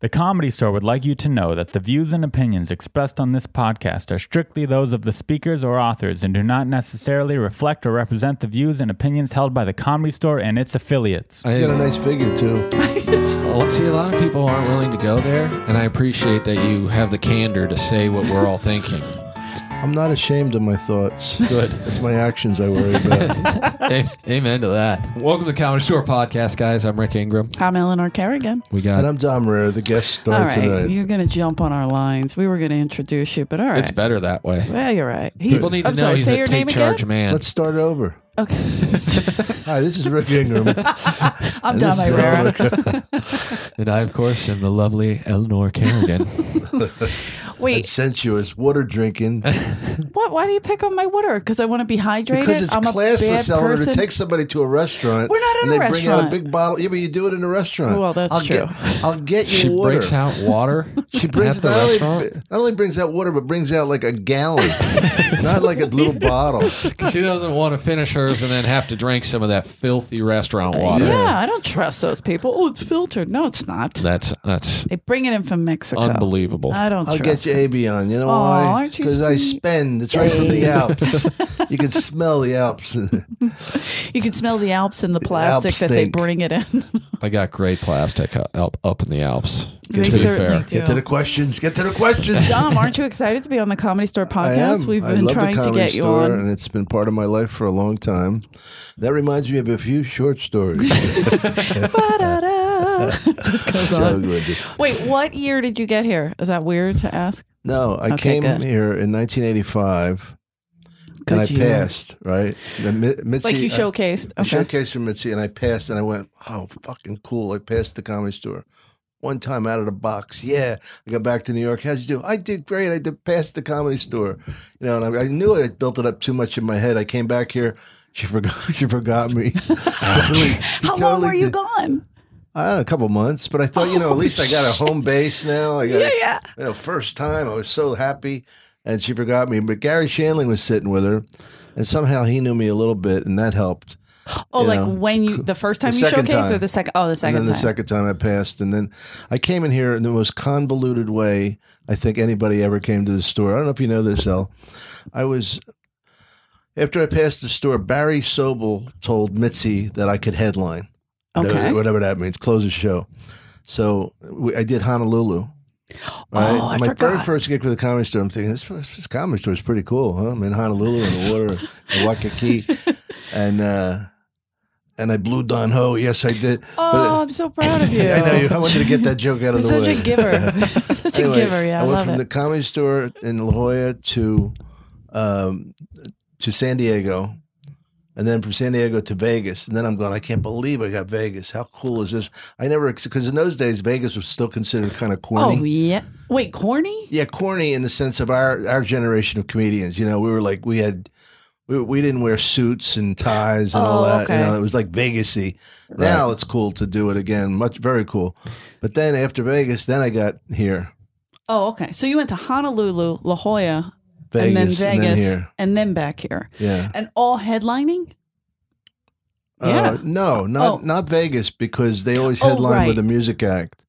The Comedy Store would like you to know that the views and opinions expressed on this podcast are strictly those of the speakers or authors and do not necessarily reflect or represent the views and opinions held by the Comedy Store and its affiliates. I He's got a nice figure too. I see a lot of people aren't willing to go there, and I appreciate that you have the candor to say what we're all thinking. I'm not ashamed of my thoughts. Good. It's my actions I worry about. A- Amen to that. Welcome to Comedy Store Podcast, guys. I'm Rick Ingram. I'm Eleanor Kerrigan. We and got I'm Dom Rare, the guest star all right, tonight. you're going to jump on our lines. We were going to introduce you, but all right. it's better that way. well, you're right. He's, People need to I'm know sorry, he's say a your name take charge again. man. Let's start over. Okay. Hi, this is Rick Ingram. I'm This Dom is Irera. and I, of course, am the lovely Eleanor Kerrigan. and Wait, sensuous water drinking what? Why do you pick on my water? Because I want to be hydrated. because it's I'm a bad classless. Eleanor to person. take somebody to a restaurant. We're not in and a they bring out a restaurant. big bottle. Yeah, but you do it in a restaurant. Well, that's I'll true. Get, I'll get you she water. breaks out water. she brings at the not, only, restaurant. not only brings out water, but brings out like a gallon, not like a little bottle. 'Cause she doesn't want to finish hers and then have to drink some of that filthy restaurant water. Uh, Yeah, I don't trust those people. Oh, it's filtered. No, it's not. That's that's They bring it in from Mexico. unbelievable. I don't I'll trust get you Avion. You know Aw, why? aren't you Because I sweet? spend. It's right from the Alps. you can smell the Alps. it. You can smell the Alps and the plastic Alps that they stink. bring it in. I got great plastic uh, up, up in the Alps. they to be certainly fair. do. Get to the questions. Get to the questions. Dom, aren't you excited to be on the Comedy Store I podcast? am. We've I been love trying the to comedy get you store, on. and it's been part of my life for a long time. That reminds me of a few short stories. Ba-da-da. Just goes Joe on. Goody. Wait, what year did you get here? Is that weird to ask? no, I Okay, came good. here in 1985, Good and I year. passed. Right, The Mi- Mitzi, uh, Like you I- showcased. I Okay. showcased for Mitzi, and I passed, and I went, "Oh, fucking cool!" I passed the comedy store one time out of the box. Yeah, I got back to New York. How'd you do? I did great. I did pass the comedy store, you know. And I, I knew I had built it up too much in my head. I came back here. She forgot. She forgot me. totally, How long were you gone? I don't know, a couple months, but I thought, you know, at least I got a home base now. I got, Yeah, yeah. you know, first time I was so happy, and she forgot me. But Gary Shanling was sitting with her, and somehow he knew me a little bit, and that helped. Oh, You like know, when you the first time the you second showcased time. or the second? Oh, the second and then the time. second time I passed, and then I came in here in the most convoluted way I think anybody ever came to the store. I don't know if you know this, El. I was after I passed the store. Barry Sobel told Mitzi that I could headline, whatever- Okay. whatever that means, close the show. So we, I did Honolulu. Right? Oh, I My very forgot. first gig for the comedy store, I'm thinking this, this comedy store is pretty cool. Huh? I'm in Honolulu in the water, in Waikiki, and uh, and I blew Don Ho. Yes, I did. But- Oh, I'm so proud of you. I know you. I wanted to get that joke out You're of the such way. a giver. such Anyway, a giver. Yeah, I, went love from it. the comedy store in La Jolla to um, to San Diego, and then from San Diego to Vegas, and then I'm going. I can't believe I got Vegas. How cool is this? I never because in those days Vegas was still considered kind of corny. oh yeah. Wait, corny? Yeah, corny in the sense of our our generation of comedians. You know, we were like we had we, we didn't wear suits and ties and all Oh, that. You okay. know, it was like Vegasy. Now it's cool to do it again. Much very cool. But then after Vegas, then I got here. Oh, okay. So you went to Honolulu, La Jolla, and then Vegas Vegas, and then here. and then back here, Yeah. and all headlining. Uh, Yeah. no, not Oh. not Vegas because they always Oh, headline with right. a music act.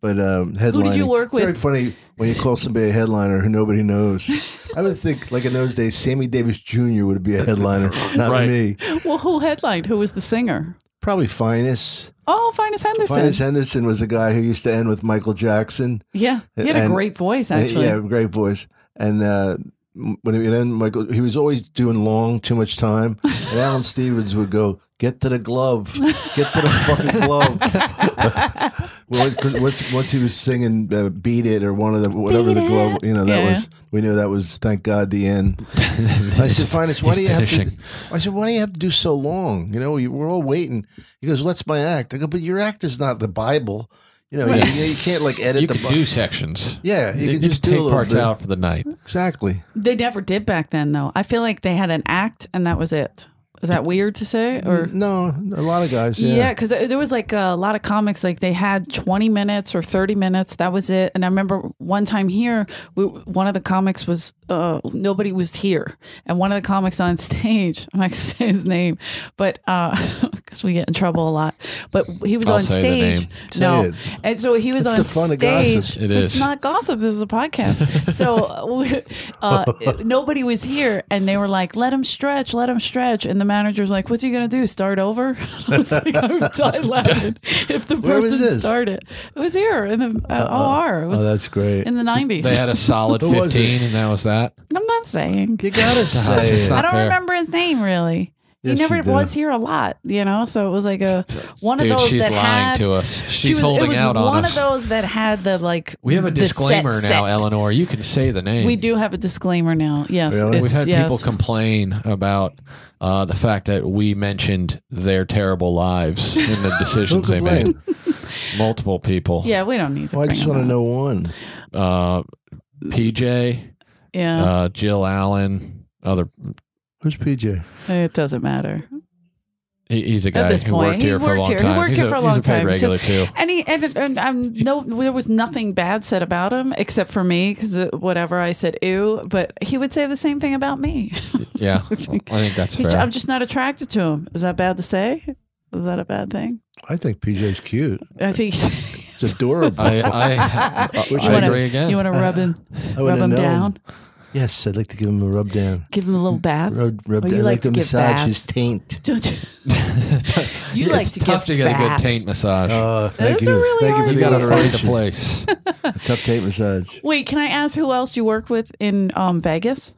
But um, headline. you work it's Very with? funny when you call somebody a headliner who nobody knows. I would think like in those days, Sammy Davis Jr. would be a headliner, not Right. me. Well, who headlined? Who was the singer? Probably Finest. Oh, Finest Henderson. Finest Henderson was a guy who used to end with Michael Jackson. Yeah, he had a And- great voice actually. Yeah, great voice. And uh, m- when he would end, Michael, he was always doing long, too much time. And Alan Stevens would go, "Get to the glove, get to the fucking glove." well, 'cause once once he was singing uh, "Beat It" or one of the whatever the glove, you know, that Yeah. was we knew that was thank God the end. I said, "Finest, why he's do you have to?" finishing. I said, "Why do you have to do so long? You know, you- we're all waiting." He goes, "Let's my act." I go, "But your act is not the Bible." You know, you, you can't like edit You the can Bi- do sections. Yeah, you You can can just do a take little parts bit. out for the night. Exactly. They never did back then, though. I feel like they had an act and that was it. Is that weird to say? Or No, a lot of guys. Yeah. yeah, because there was like a lot of comics, like they had 20 minutes or 30 minutes. That was it. And I remember one time here, we, one of the comics was, uh, nobody was here. And one of the comics on stage, I'm not going to say his name, but uh, because we get in trouble a lot. But he was I'll on say the stage. name. Say No, it. and so he was That's on the fun of stage. gossip. It it's is. not gossip. This is a podcast. so uh, we- uh, nobody was here, and they were like, "Let him stretch, let him stretch." And the manager's like, "What's he gonna do? Start over?" I was like, "I'm dying laughing." If the Where was person this? started, it was here in the uh, OR. It was Oh, that's great. in the nineties. They had a solid Who was it? 15, and that was that. I'm not saying. you gotta say it's it. I not don't fair. remember his name really. Yes, he you never do. was here a lot, you know. So it was like a one Dude, of those she's that lying had. to us. She's she was- it holding was out on One us. of those that had the like. we have a the set disclaimer now, set. Eleanor. You can say the name. We do have a disclaimer now. Yes, Really? it's- We've had yes. people complain about uh, the fact that we mentioned their terrible lives in the Who decisions they made. complained? Multiple people. Yeah, we don't need to. Well, I bring just them want to up. know one. Uh, PJ, Yeah, uh, Jill Allen, other. Who's PJ? Uh. it doesn't matter. he- He's a guy this who point, worked he here for a worked long here. He time. worked he's here a, for a he's long paid time. He's regular just- too. And he and, and I'm no, there was nothing bad said about him except for me because whatever I said, ew. But he would say the same thing about me. Yeah, I think that's He's, fair. I'm just not attracted to him. Is that bad to say? Is that a bad thing? I think PJ's cute. I think It's adorable. I, I, You I wanna- agree again. you want to rub him, I rub wouldn't have him known. down, Yes, I'd like to give him a rub down. give him a little bath. Rub, rub Oh, down. you I'd like like, to to give massage baths. his taint. Don't you? you it's like to tough to give get baths. a good taint massage. Oh, thank Those are you. really thank you for hard you the got to find a alliteration. place. A tough taint massage. Wait, can I ask who else you work with in um, Vegas?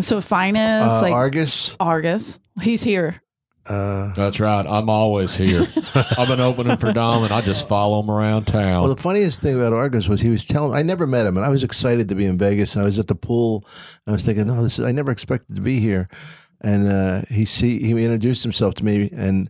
So Finus, Uh, like Argus. Argus, he's here. Uh, That's right. I'm always here. I've been opening for Dom, and I just follow him around town. Well, the funniest thing about Argus was he was telling. I never met him, and I was excited to be in Vegas. And I was at the pool. And I was thinking, no, this is. I never expected to be here. And uh, he see he introduced himself to me, and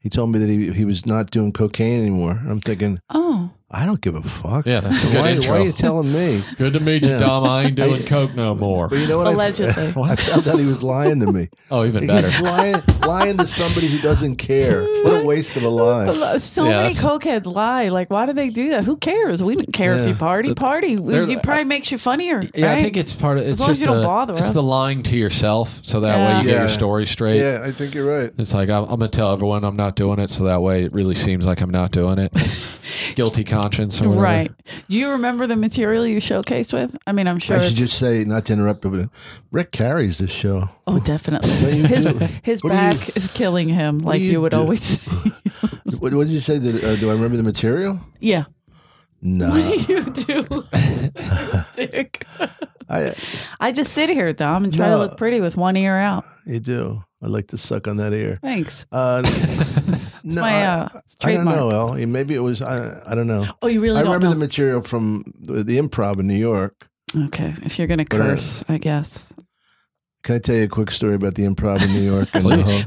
he told me that he he was not doing cocaine anymore. And I'm thinking, Oh, I don't give a fuck. Yeah, that's a good why, intro. why are you telling me? Good to meet you, Dom. I ain't doing coke no more. But you know what? I- allegedly. I, found out he was lying to me. Oh, even better. He's lying, lying to somebody who doesn't care. What a waste of a lie. So Yeah, many that's- cokeheads lie. Like, why do they do that? Who cares? We don't care if Yeah. you party. Party. We- They're- It probably makes you funnier. Yeah, I right? think it's part of. It's long as just you don't the- bother It's us. the lying to yourself, so that way you get Yeah. your story straight. Yeah, I think you're right. It's like I'm, I'm gonna tell everyone I'm not doing it, so that way it really seems like I'm not doing it. Guilty conscience, or whatever. Right. Do you remember the material you showcased with? I mean, I'm sure. I should it's- just say, not to interrupt, but Rick carries this show. oh, definitely. you His do- his what do you- back is killing him, like do you, you would do? always say. What, what did you say? Did, uh, do I remember the material? yeah. No. What do you do, Dick? I, I just sit here, Dom, and try to No. look pretty with one ear out. you do. I like to suck on that ear. Thanks. Uh, no, My I- uh, I, don't trademark. know, El. Maybe it was, I, I don't know. Oh, you really I don't remember know. the material from the, the improv in New York. okay, if you're gonna uh, curse, I guess. Can I tell you a quick story about the improv in New York? and the Please. whole- this is-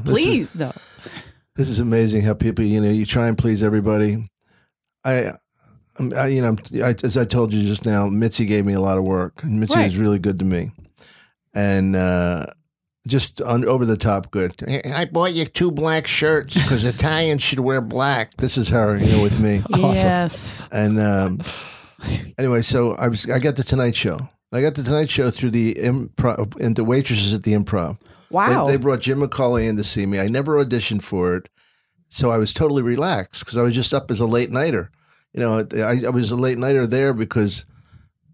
Please, no. This is amazing how people, you know, you try and please everybody. I, I'm- I you know, I, as I told you just now, Mitzi gave me a lot of work. And Mitzi Right. was really good to me, and uh, just on, over the top good. I bought you two black shirts because Italians should wear black. This is her, you know, with me. Yes. And um, anyway, so I was, I got the Tonight Show. I got the Tonight Show through the improv and the waitresses at the improv. They- Wow. They, brought Jim McCauley in to see me. I never auditioned for it, so I was totally relaxed because I was just up as a late nighter. You know, I, I was a late nighter there because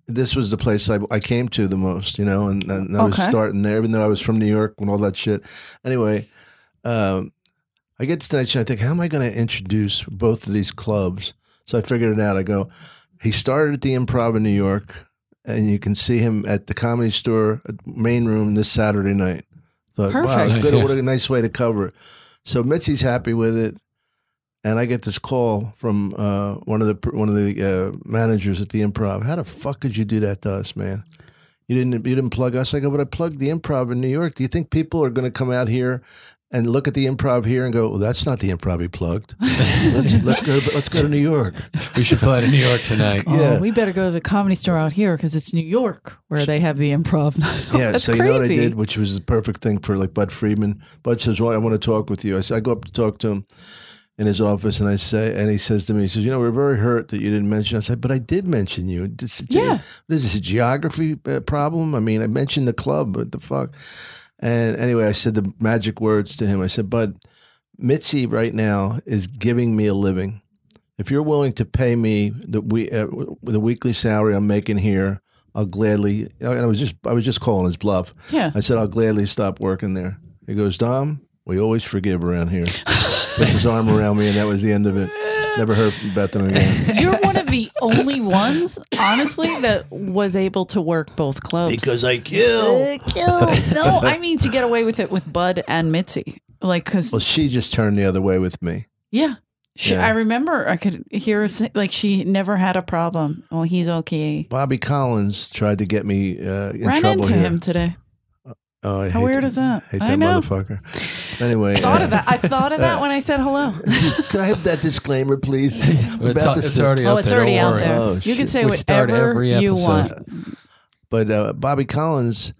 this was the place I, I came to the most. You know, and, and I was Okay. starting there, even though I was from New York and all that shit. Anyway, um, I get to tonight and I think, how am I going to introduce both of these clubs? So I figured it out. I go, he started at the Improv in New York. And you can see him at the comedy store uh, main room this Saturday night. Thought, Wow, Perfect. good, Yeah. What a nice way to cover it. So Mitzi's happy with it, and I get this call from uh, one of the pr- one of the uh, managers at the Improv. How the fuck could you do that to us, man? You didn't you didn't plug us. I go, but I plugged the Improv in New York. Do you think people are going to come out here? And look at the improv here and go. Well, that's not the improv he plugged. Let's, let's go. To, let's go to New York. We should fly to New York tonight. Oh, Yeah. we better go to the comedy store out here because it's New York where they have the improv. Yeah, That's so you know what I crazy. did, which was the perfect thing for like Bud Friedman. Bud says, "Well, I want to talk with you." I, s- I go up to talk to him in his office, and I say, and he says to me, "He says, you know, we're very hurt that you didn't mention." us." I said, "But I did mention you. This, Yeah. this is a geography uh, problem. I mean, I mentioned the club. What the fuck?" And anyway, I said the magic words to him. I said, "Bud, Mitzi right now is giving me a living. If you're willing to pay me the we uh, the weekly salary I'm making here, I'll gladly. you know, And I was just I was just calling his bluff. Yeah. I said I'll gladly stop working there. He goes, Dom, we always forgive around here. Puts his arm around me, and that was the end of it. Never heard about them again You're one of the only ones, honestly, that was able to work both clubs. I kill. no, I mean to get away with it with Bud and Mitzi, like because Well, she just turned the other way with me. yeah. She, Yeah. I remember I could hear her say, like she never had a problem. Oh, he's okay. Bobby Collins tried to get me uh, in Ran trouble into here. him today. Oh, I How hate weird that- is that? Hate I that know. motherfucker. Anyway, Thought uh, of that. I thought of that when I said hello. Oh, Can I have that disclaimer, please? I'm It's, about to it's say- already oh, out it's there. already don't out worry. there. Oh, you shit. can say We start whatever every you episode. want. but uh, Bobby Collins,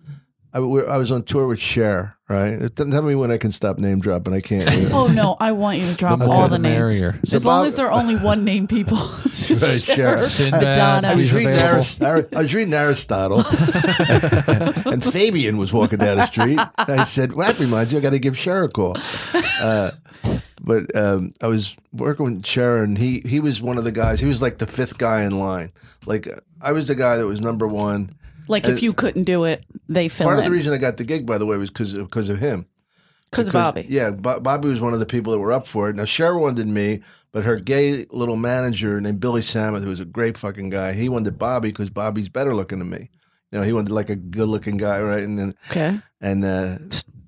I, we I was on tour with Cher, right? It doesn't tell me when I can stop name dropping. I can't. you know. Oh no, I want you to drop The all more the the names. merrier. So as long Bob- as they're only one name people. Right, sure. Sinbad, Madonna. I was, he's reading available. Arist- Ar- I was reading Aristotle, and Fabian was walking down the street. And I said, "Well, that reminds you, I got to give Cher a call." Uh, but um, I was working with Cher, and he he was one of the guys. He was like the fifth guy in line. Like I was the guy that was number one. Like if you couldn't do it, they fill Uh, Part of the in reason I got the gig, by the way, was because because of him. because Because- Bobby. Yeah, Bo- Bobby was one of the people that were up for it. Now Cher wanted me, but her gay little manager named Billy Samet, who was a great fucking guy, he wanted Bobby because Bobby's better looking than me. You know, he wanted like a good looking guy, right? And then Okay. and uh,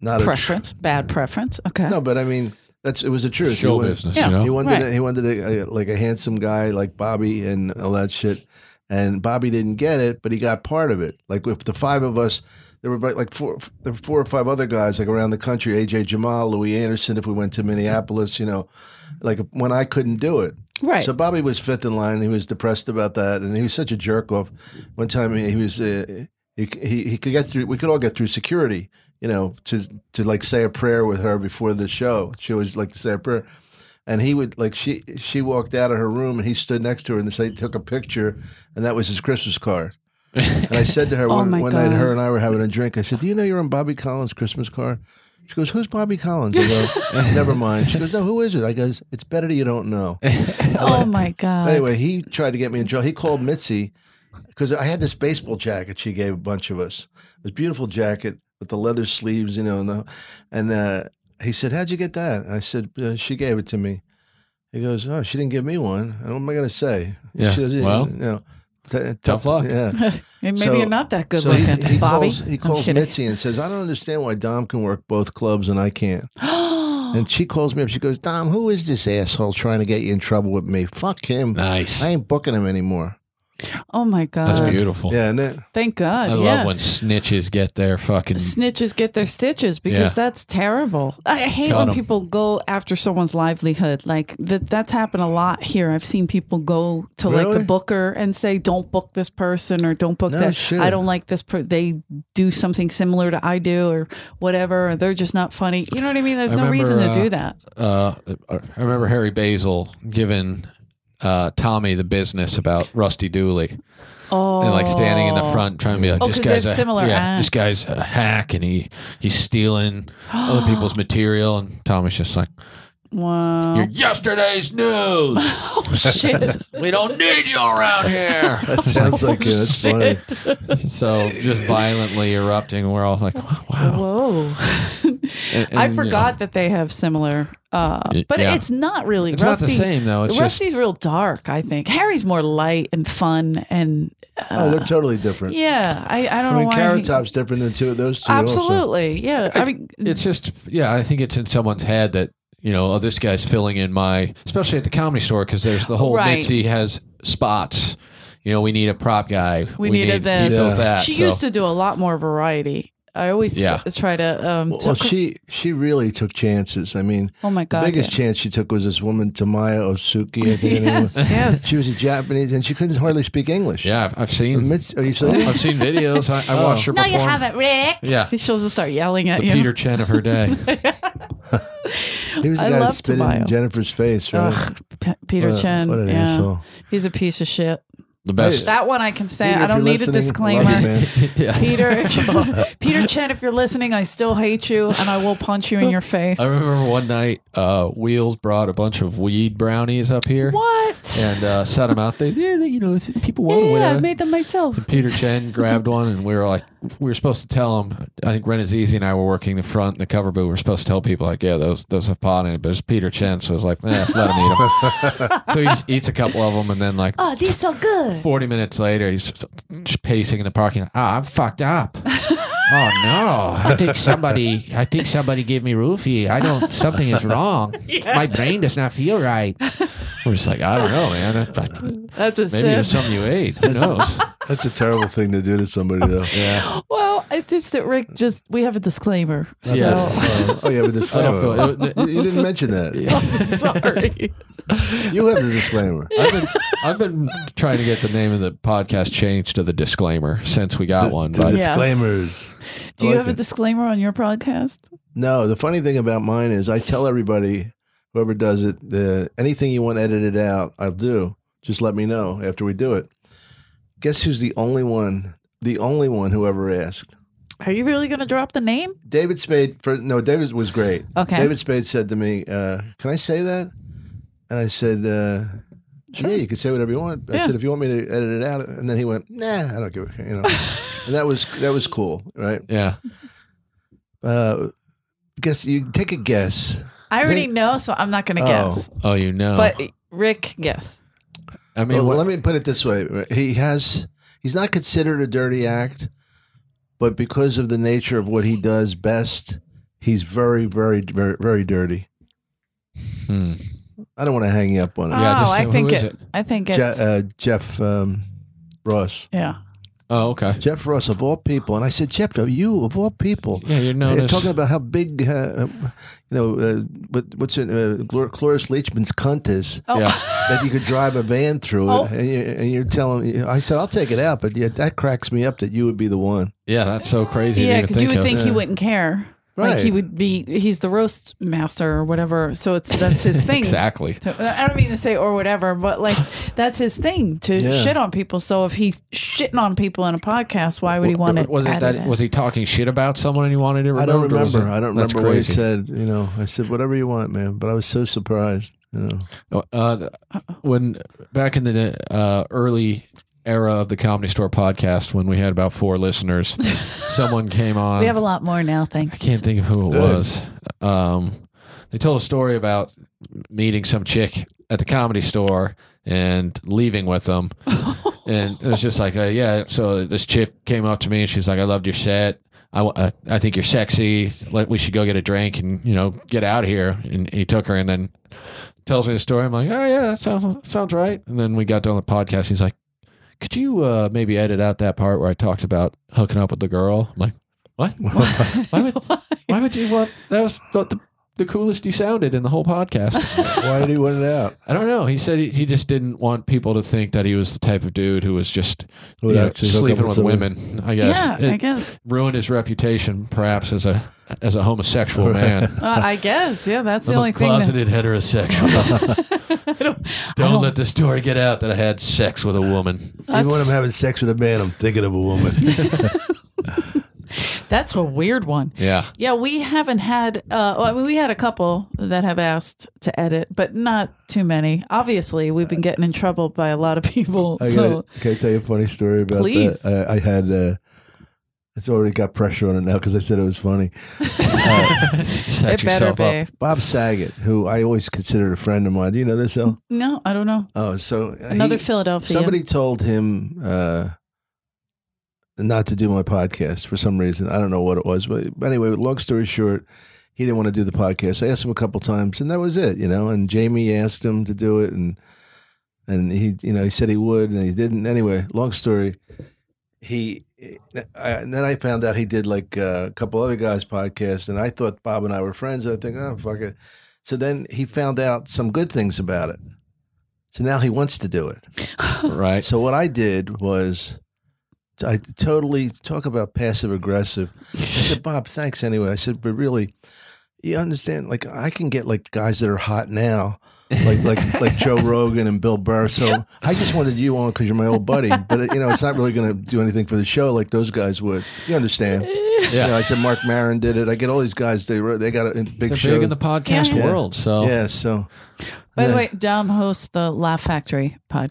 not a Preference, bad preference. Okay. tr- no, but I mean that's it was a truth. Show he wanted, business, Yeah. you know. He wanted Right. a, he wanted a, a, like a handsome guy like Bobby and all that shit. And Bobby didn't get it, but he got part of it. Like with the five of us, there were about, like four, there were four or five other guys like around the country. AJ Jamal, Louis Anderson. If we went to Minneapolis, you know, like when I couldn't do it. Right. So Bobby was fifth in line. He was depressed about that, and he was such a jerk off. One time he he was uh, he, he he could get through. We could all get through security, you know, to to like say a prayer with her before the show. She always liked to say a prayer, and he would like she she walked out of her room, and he stood next to her and they took a picture, and that was his Christmas card. and I said to her Oh one my one night, God. her and I were having a drink. I said, "Do you know you're on Bobby Collins' Christmas card?" She goes, "Who's Bobby Collins?" I go, "Never mind." She goes, "No, who is it?" I goes, "It's better you don't know." oh my god. But anyway, he tried to get me in trouble. He called Mitzi because I had this baseball jacket she gave a bunch of us. It was a beautiful jacket with the leather sleeves, you know. And, the, and uh, he said, How'd you get that? I said, uh, She gave it to me. He goes, Oh, she didn't give me one. And what am I going to say? Yeah, She doesn't- well, you know, t- tough luck. Yeah. Maybe so- you're not that good So he, looking, he Bobby. calls, he I'm calls kidding. Mitzi and says, I don't understand why Dom can work both clubs and I can't. Oh. and she calls me up. She goes, Dom, who is this asshole trying to get you in trouble with me? Fuck him. Nice. I ain't booking him anymore. Oh my god. That's beautiful. Yeah, and then Thank God. I yeah. love when snitches get their fucking. Snitches get their stitches because Yeah. that's terrible. I I hate Cut when 'em. people go after someone's livelihood. Like that, that's happened a lot here. I've seen people go to like the Really? booker and say, "Don't book this person" or "Don't book No that." shit. I don't like this. Per-. They do something similar to I do or whatever. Or they're just not funny. You know what I mean? There's I no remember, reason to uh, do that. Uh, I remember Harry Basil giving uh, Tommy the business about Rusty Dooley Oh, and like standing in the front trying to be like, Oh, this 'cause they have guy's a, similar yeah, this acts. guy's a hack and he he's stealing other people's material and Tommy's just like, Wow. you're yesterday's news. oh shit. we don't need you around here. that sounds like it. That's funny. so just violently erupting. We're all like, wow. Whoa. And- and, you I know, forgot that they have similar, uh, Y- but yeah. it's not really. It's not Rusty, the same though. It's just Rusty's real dark. I think Harry's more light and fun, and Oh, they're totally different. yeah, I, I don't I know mean, why. Carrot he- Top's different than two of those two. Also. absolutely, yeah. I mean, it's just yeah i think it's in someone's head that you know oh this guy's filling in my especially at the comedy store because there's the whole Right. mitzi has spots you know we need a prop guy We needed this. he fills Yeah. that she so- used to do a lot more variety. I always Yeah. tr- try to. Um, Well, to- well, she she really took chances. I mean, oh my the god, biggest yeah. chance she took was this woman, Tamaya Osuki. I think her name Yes, was. yes. She was a Japanese, and she couldn't hardly speak English. yeah i've, I've seen Mitz- oh, you said- i've seen videos i, I watched her No, perform you haven't, Rick. yeah She'll just start yelling at the you. peter chen of her day he was the I guy that love spit in Tamayo. Jennifer's face, right? Ugh, P- Peter What a- Chen. What an yeah. asshole. He's a piece of shit. The best. That one I can say. Peter, I if don't you're need a listening, Love you, disclaimer. man. yeah. Peter, if you- Peter Chen, if you're listening, I still hate you and I will punch you in your face. I remember one night, uh, Wheels brought a bunch of weed brownies up here What? and uh, set them out. They, yeah, they- you know, it's- people want yeah, I whatever. made them myself. Peter Chen grabbed one, and we were like, we were supposed to tell him. I think Ren is easy, and I were working the front and the cover, but we were supposed to tell people like, yeah, those those have pot in it. But it's Peter Chen, so it's like, nah, let him eat them. so he just eats a couple of them, and then like Oh, these are good. 40 minutes later, he's just pacing in the parking lot. Ah, I'm fucked up. oh no! I think somebody, I think somebody gave me roofie. I don't. Something is wrong. My brain does not feel right. We're just like, I don't know, man. I- I- That's a Maybe sin. there's something you ate. Who knows? That's a terrible thing to do to somebody, though. Yeah. Well, it's just that Rick just we have a disclaimer. So Yeah. Uh, oh, you have a disclaimer. I don't feel- You- you didn't mention that. sorry. You have the disclaimer. I've been, I've been trying to get the name of the podcast changed to the disclaimer since we got one. The But Yes. disclaimers. Do you like have a it. disclaimer on your podcast? No, the funny thing about mine is I tell everybody, whoever does it, the, anything you want edited out, I'll do. Just let me know after we do it. Guess who's the only one, the only one who ever asked? Are you really going to drop the name? David Spade, for, no, David was great. Okay. David Spade said to me, uh, Can I say that? And I said, uh, Yeah, you can say whatever you want. I Yeah. said, If you want me to edit it out. And then he went, Nah, I don't give a, you know. and that was, that was cool, right? yeah. Uh, guess you take a guess. I already They- know, so I'm not going to Oh. guess. Oh, you know. But Rick, guess. I mean, well, what- Oh, let me put it this way: he has he's not considered a dirty act, but because of the nature of what he does best, he's very, very, very, very dirty. hmm. I don't want to hang you up on it. Yeah, oh, just I who think is it, Ah, it? I think it's. Je- uh, Jeff um, Ross, yeah. Oh, okay. Jeff Ross of all people, and I said, Jeff, you of all people. Yeah, you They're notice. talking about how big, uh, you know, uh, what, what's it, uh, Glor- Cloris Leachman's cunt is. Oh, Yeah. that you could drive a van through Oh. it, and you're, and you're telling. I said, "I'll take it out," but yeah, that cracks me up that you would be the one. Yeah, that's so crazy to yeah, even because you think would of. think he wouldn't care. Like he Right. would be, he's the roast master or whatever. So it's that's his thing. exactly. So- uh, I don't mean to say or whatever, but like that's his thing to Yeah. shit on people. So if he's shitting on people in a podcast, why would he want it? was it added that? in? Was he talking shit about someone and he wanted it I removed? don't or was remember. it- I don't that's remember what he crazy. said. You know, I said whatever you want, man. But I was so surprised. You know, Uh, th- when back in the uh, early era of the Comedy Store podcast, when we had about four listeners, someone came on. we have a lot more now, thanks. I can't think of who it Good. was. Um, they told a story about meeting some chick at the comedy store and leaving with them. and it was just like, uh, yeah. So this chick came up to me and she's like, I loved your set. I, wa- uh, I think you're sexy. Let, we should go get a drink and, you know, get out of here. And he took her and then tells me the story. I'm like, oh, yeah, that sounds, sounds right. And then we got done with the podcast. He's like, could you uh, maybe edit out that part where I talked about hooking up with the girl? I'm like, what? Why would, why would you want that was the, the, the coolest you sounded in the whole podcast why did he want it out? i don't know he said he, he just didn't want people to think that he was the type of dude who was just Who you would know, actually hook sleeping up with with somebody. women i guess yeah, it I guess. ruined his reputation perhaps as a as a homosexual man Uh, I guess. Yeah, that's the I'm only a thing. That, closeted heterosexual. I don't, don't, don't- let the story get out that I had sex with a woman. that's, Even when I'm having sex with a man, I'm thinking of a woman. that's a weird one. Yeah. Yeah, we haven't had. Uh, well, I mean, we had a couple that have asked to edit, but not too many. Obviously, we've been getting in trouble by a lot of people. I so gotta, can I tell you a funny story about Please. that? I, I had. Uh, it's already got pressure on it now because I said it was funny. Set it better yourself be. up. Bob Saget, who I always considered a friend of mine. Do you know this, El? No, I don't know. Oh, so he- Another Philadelphia. Somebody told him uh, not to do my podcast for some reason. I don't know what it was, but anyway, long story short, he didn't want to do the podcast. I asked him a couple times, and that was it, you know. And Jamie asked him to do it, and and he, you know, he said he would, and he didn't. Anyway, long story. He I, and then I found out he did like uh, a couple other guys' podcasts, and I thought Bob and I were friends. I think, oh fuck it. So then he found out some good things about it. So now he wants to do it. Right. So what I did was, I totally talk about passive aggressive. I said, Bob, thanks anyway. I said, but really, you understand? Like I can get like guys that are hot now like like like Joe Rogan and Bill Burr. So I just wanted you on because you're my old buddy. But uh, you know, it's not really going to do anything for the show like those guys would. You understand? Yeah. I said Mark Maron did it. I get all these guys. They wrote- they got a big They're show. big in the podcast Yeah. world, so yeah. So By the Yeah. way, Dom hosts the Laugh Factory podcast.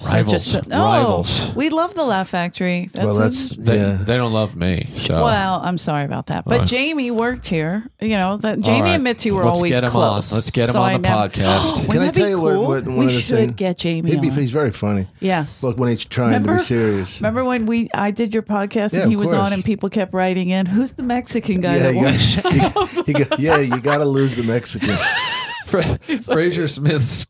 So Rivals. just- oh, Rivals. We love the Laugh Factory. That's well, that's uh, They, yeah. they don't love me. So Well, I'm sorry about that, but uh, All right. Jamie worked here. You know that Jamie right. and Mitzi were Let's always get him on. close. Let's get him on the podcast. Wouldn't Can I that be tell you what- cool? what- one we other should thing? get Jamie he'd be, on. he's very funny. yes. Look when he's trying to be serious. remember when we I did your podcast Yeah, and he of was course. on and people kept writing in, "Who's the Mexican guy yeah, that you won?" got, you, you got, yeah, you got to lose the Mexican. Fra- Fraser Smith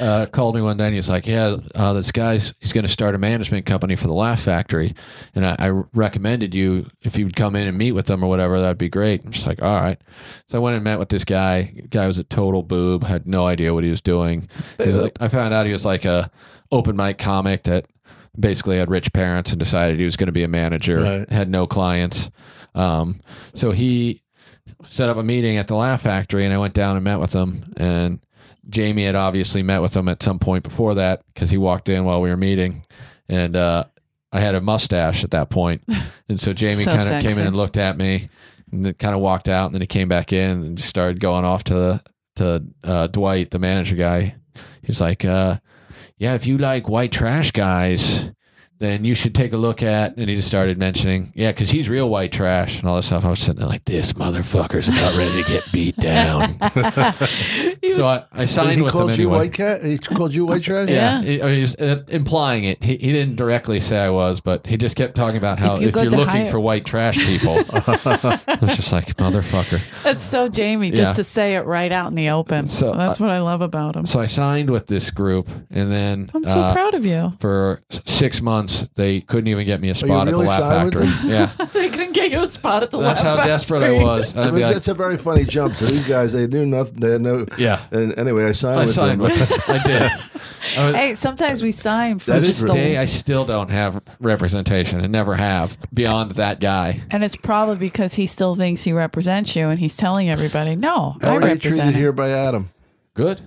uh, called me one day and he's like, "Yeah, uh, this guy's he's going to start a management company for the Laugh Factory, and I, I recommended you if you would come in and meet with them or whatever, that'd be great." I'm just like, "All right." So I went and met with this guy. Guy was a total boob. Had no idea what he was doing. He was like, I found out he was like a open mic comic that basically had rich parents and decided he was going to be a manager. Right. Had no clients. Um, so he set up a meeting at the Laugh Factory, and I went down and met with him. And Jamie had obviously met with him at some point before that because he walked in while we were meeting, and uh, I had a mustache at that point, and so Jamie So kind of came sexy. in and looked at me, and then kind of walked out, and then he came back in and just started going off to to uh, Dwight, the manager guy. He's like, uh, "Yeah, if you like white trash guys." Then you should take a look at, and he just started mentioning, yeah, because he's real white trash and all this stuff. I was sitting there like, this motherfucker's about ready to get beat down. so I, I signed he with him called you anyway. white cat. He called you white trash. Yeah, he, or he was uh, implying it. He, he didn't directly say I was, but he just kept talking about how If if, you go you're to looking hire- for white trash people, it's just like motherfucker. That's so Jamie, just Yeah. to say it right out in the open. So, uh, that's what I love about him. So I signed with this group, and then I'm so uh, proud of you. for s- six months they couldn't even get me a spot at really the signed Laugh with Factory. Yeah, they couldn't get you a spot at the that's Laugh how Factory. desperate I was. And I I'd be mean, like, that's a very funny jump. So these guys, they knew nothing. They had no. Yeah. And anyway, I signed I with signed them. with them. I did. I was, Hey, sometimes we sign for That is just this the day, I still don't have representation, and never have beyond that guy. And it's probably because he still thinks he represents you and he's telling everybody, no, How are I you treated represent here him. by Adam? Good.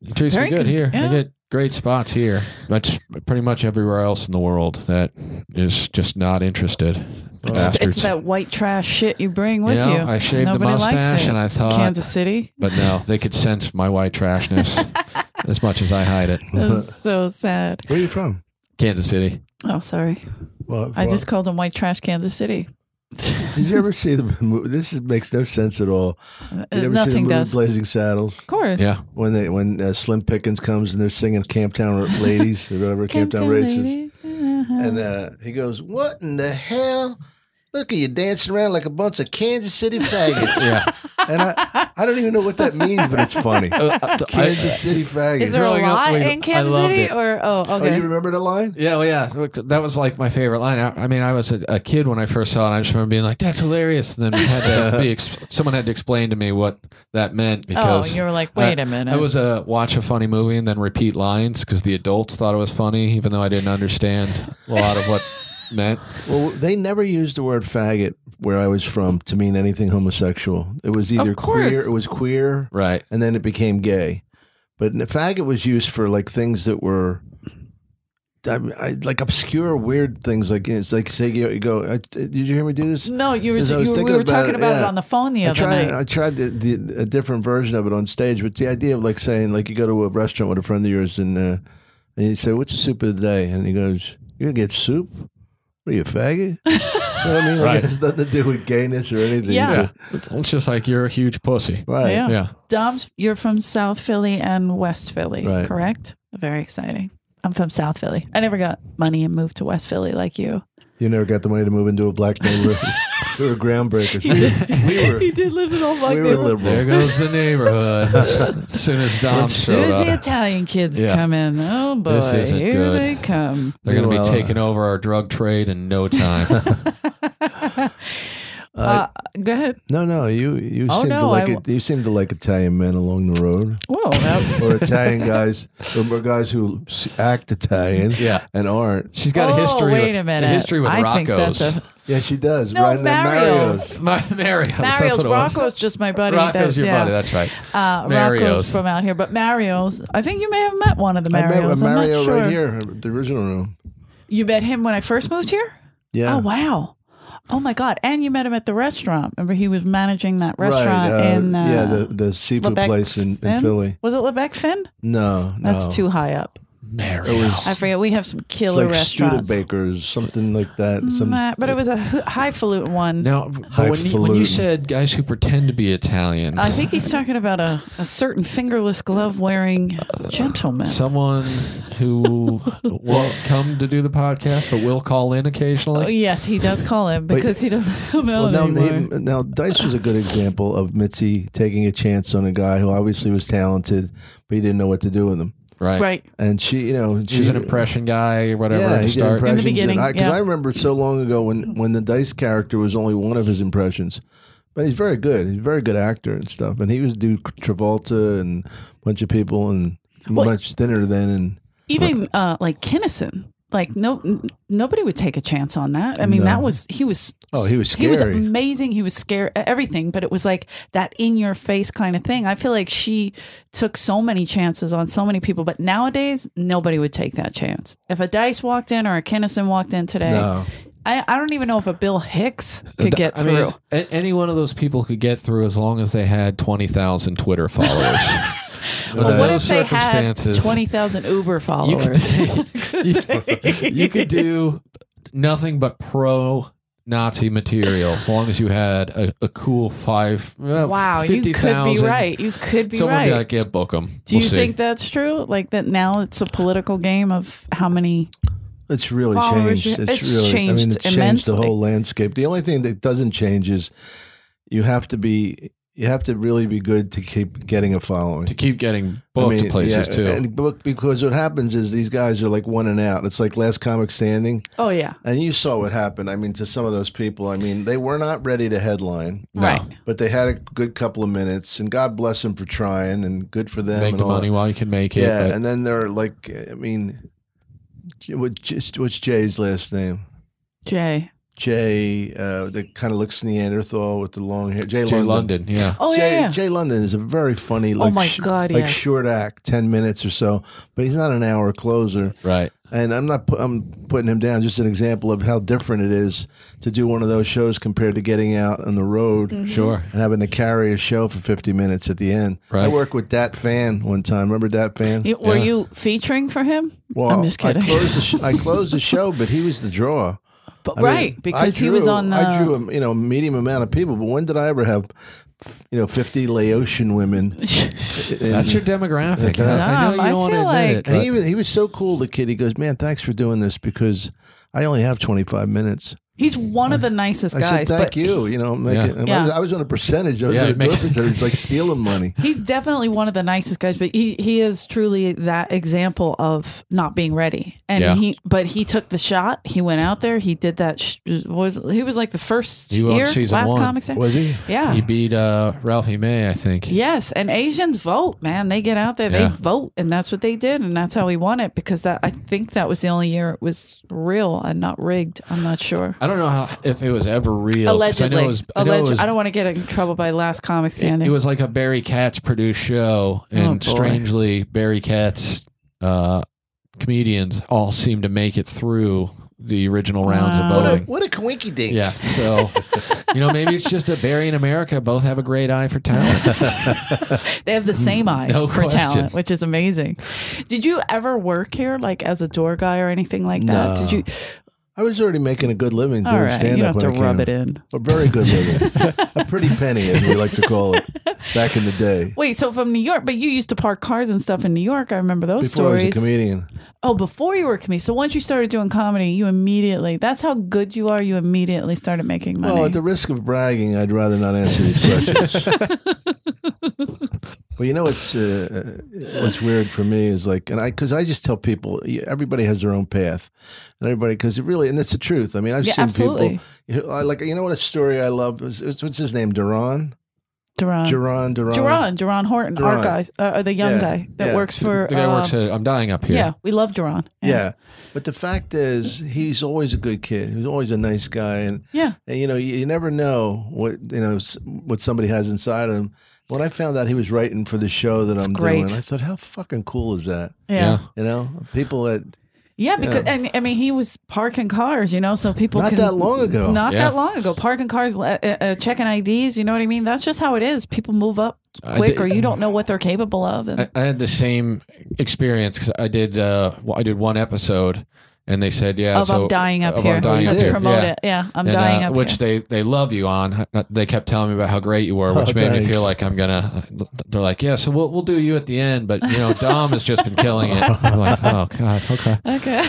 He treats Very me good good, here. yeah. I get great spots here. That's pretty much everywhere else in the world that is just not interested. Bastards. It's that white trash shit you bring with You you. know, I shaved the Nobody likes mustache it. and I thought- Kansas City. but no, they could sense my white trashness as much as I hide it. That's so sad. Where are you from? Kansas City. Oh, sorry. Well, I just called him white trash Kansas City. Did you ever see the movie? This is, makes no sense at all. You ever see the Uh, Nothing movie does. Of Blazing Saddles? course. Yeah. When they when uh, Slim Pickens comes and they're singing Camptown Ladies or whatever Camptown Races. And uh, Mm. he goes, "What in the hell? Look at you dancing around like a bunch of Kansas City faggots." Yeah. and I, I don't even know what that means, but it's funny. Uh, Kansas City faggots. Is there Growing a up, lot we- in Kansas I loved City? it. Or, oh, oh, you okay. remember the line? Yeah, well, yeah, Look, that was like my favorite line. I, I mean, I was a, a kid when I first saw it. And I just remember being like, "That's hilarious." And then we had to be ex- someone had to explain to me what that meant because Oh, you were like, wait a a minute. I was a watch a funny movie and then repeat lines because the adults thought it was funny, even though I didn't understand a lot of what meant. Well, they never used the word faggot where I was from to mean anything homosexual. It was either Of course. queer, it was queer, Right? and then it became gay. But n- faggot was used for like things that were. I, mean, I, like obscure, weird things. Like it's like say you you go. I, did you hear me do this? no, you were, Because I was you were, we thinking were about talking it, about it yeah. on the phone the I other tried. night. I tried the, the, a different version of it on stage, but the idea of like saying, like you go to a restaurant with a friend of yours and uh, and you say, "What's the soup of the day?" and he goes, "You gonna get soup? What are you a faggot?" you know what I mean, like, Right. it has nothing to do with gayness or anything. Yeah. It's, it's just like you're a huge pussy. right. Yeah. Yeah. Dom's, you're from South Philly and West Philly, Right. correct? Very exciting. I'm from South Philly. I never got money and moved to West Philly like you. You never got the money to move into a black neighborhood. We were groundbreakers. He did. we were, he did live in Old Buck. we They were were- There liberal. goes the neighborhood. as soon as Dom As soon showed as the up, Italian kids Yeah. come in, oh boy, This isn't here good. they come. they're going to be Meanwhile, taking over our drug trade in no time. Uh, go ahead. No, no, you you Oh, seem no, to like I- it. You seem to like Italian men along the road, Whoa, that- or Italian guys, or guys who s- act Italian, Yeah. and aren't. She's got oh, a history. Wait with, a minute. history with I think Rocco's. that's a- Yeah, she does. No, right in that Mario's. Mario's. My, Mario's. that's Mario's what it was. Rocco's just my buddy. Rocco's that- your yeah. buddy. That's right. uh, Rocco's Mario's. from out here, but Mario's. I think you may have met one of the Mario's. I met with am Mario not sure. right here, the original room. You met him when I first moved here. Yeah. Oh wow. Oh my God! And you met him at the restaurant. Remember, he was managing that restaurant right, uh, in uh, yeah the the seafood Lebec place in, in Finn? Philly. Was it Lebec Finn? No, That's no. too high up. Mario. It was I forget. We have some it's killer like restaurants. Studebakers, something like that. Some Nah, but it was a h- highfalutin one. Now, but when you, when Highfalutin. you said guys who pretend to be Italian, I think he's talking about a, a certain fingerless glove wearing gentleman. someone who won't come to do the podcast but will call in Oh, occasionally. yes, he does call him because he doesn't come Well, out now, anymore. they- now Dice was a good example of Mitzi taking a chance on a guy who obviously was talented, but he didn't know what to do with him. Right. right. And she, you know, she, She's an impression guy or whatever Yeah, to he did start. impressions. beginning, because yeah. I remember so long ago when when the Dice character was only one of his impressions. But he's very good. He's a very good actor and stuff. And he was do Travolta and a bunch of people and Well- much thinner then. And Even uh, like Kinnison. Like no, n- nobody would take a chance on that. I mean, No. that was he was. Oh, he was He was scary. amazing. He was scared everything, but it was like that in your face kind of thing. I feel like she took so many chances on so many people, but nowadays nobody would take that chance. If a Dice walked in or a Kinnison walked in today, No. Uh, I, I don't even know if a Bill Hicks could get I through. mean, a- any one of those people could get through as long as they had 20,000 Twitter followers. Under But what those if they had circumstances, twenty thousand Uber you could, followers? you- you could do nothing but pro Nazi material as long as you had a, a cool five. Uh, wow, you could 50,000. be right. You could be Someone would right. be like, yeah, book them. Do we'll you see. think that's true? Like that now it's a political game of how many it's really Followers, changed. yeah. It's, It's really, I mean, changed it's changed the immensely. whole landscape. The only thing that doesn't change is you have to be, you have to really be good to keep getting a following. to keep getting booked to places too. yeah, And book because what happens is these guys are like one and out. It's like last comic standing, Oh yeah. and you saw what happened. I mean, to some of those people, I mean, they were not ready to headline, Right. but they had a good couple of minutes, and God bless them for trying, and good for them. make and the all money that. while you can make it. yeah, but- and then they're like, I mean, J- what just what's Jay's last name? Jay. Jay, uh, that kind of looks Neanderthal with the long hair. Jay, Jay London. London. yeah. Oh Jay, yeah, yeah. Jay London is a very funny, like, my sh- God, like yeah. short act, ten minutes or so, but he's not an hour closer. Right. And I'm not, pu- I'm putting him down. Just an example of how different it is to do one of those shows compared to getting out on the road Mm-hmm. Sure. and having to carry a show for 50 minutes at the end. I Right. worked with that fan one time. Remember that fan? You- Were Yeah. you featuring for him? I'm just kidding. I closed, the sh- I closed the show, but he was the draw. but, I mean, right, I because he was drew- on the. I drew a you know medium amount of people, but when did I ever have you know fifty Laotian women? in- That's your demographic. Okay. I, I know you Dumb. I don't want to feel admit and he it. was, he was so cool. The kid, he goes, "Man, thanks for doing this because I only have twenty five minutes." he's one of the nicest I guys. said, "Thank but you." You know, make Yeah. it, and Yeah. I, was, I was on a percentage. I was Yeah, on a make- door percentage, like stealing money. He's definitely one of the nicest guys, but he, he is truly that example of not being ready. And Yeah. he, but he took the shot. He went out there. He did that. Sh- was he was like the first He won year season last one. comic Stand- Was he? Yeah. He beat uh, Ralphie May, I think. Yes, and Asians vote, man. They get out there, they Yeah. vote, and that's what they did, and that's how we won it because that I think that was the only year it was real and not rigged. I'm not sure. I don't know how, if it was ever real. 'cause Allegedly, I know it was. I know Alleged- it was, I don't want to get in trouble by Last Comic Standing. it was like a Barry Katz produced show, and Oh, boy. strangely, Barry Katz uh, comedians all seemed to make it through the original rounds Wow. of What a- voting. What a coinky dink! Yeah. So, you know, maybe it's just that Barry and America both have a great eye for talent. they have the same eye No for question. talent, which is amazing. Did you ever work here, like as a door guy or anything like No. that? Did you? I was already making a good living doing All right, you stand up don't have when to I came rub it in. A very good living. a pretty penny, as we like to call it, back in the day. Wait, so from New York, but you used to park cars and stuff in New York. I remember those Before I was a stories. comedian. oh, before you were a comedian. So once you started doing comedy, you immediately, that's how good you are. You immediately started making money. Well, at the risk of bragging, I'd rather not answer these questions. well, you know what's uh, what's weird for me is like, and I because I just tell people yeah, everybody has their own path, and everybody because it really and that's the truth. I mean, I've Yeah, seen absolutely. people. You know, I like you know what a story I love was it's- what's his name Duran Duran. Duran Duran Uh, Duran, Duran Horton, Duran. our guy, uh, the young Yeah, guy that yeah. works for. The guy uh, works at I'm dying up here. yeah. we love Duran. Yeah, but the fact is, he's always a good kid. He's always a nice guy, and Yeah. And you know, you, you never know what you know s- what somebody has inside of them. When I found out he was writing for the show that I'm great. doing, I thought, how fucking cool is that? Yeah. Yeah. yeah. You know, people that Yeah, because and I mean, he was parking cars, you know, so people Not can- that long ago. Not Yeah. that long ago, parking cars, uh, uh, checking IDs. You know what I mean? That's just how it is. People move up I quick, did- or you don't know what they're capable of. And I, uh, I had the same experience because I did uh, well, I did one episode and they said yeah of so I'm dying up of here. I'm dying Let's up here. promote yeah. it. Yeah, I'm And, dying uh, up which here. they they love you on. They kept telling me about how great you were, which Oh, made me thanks. feel like I'm gonna. They're like, yeah, so we'll we'll do you at the end, but you know, Dom has just been killing it. I'm like, oh god, okay. okay,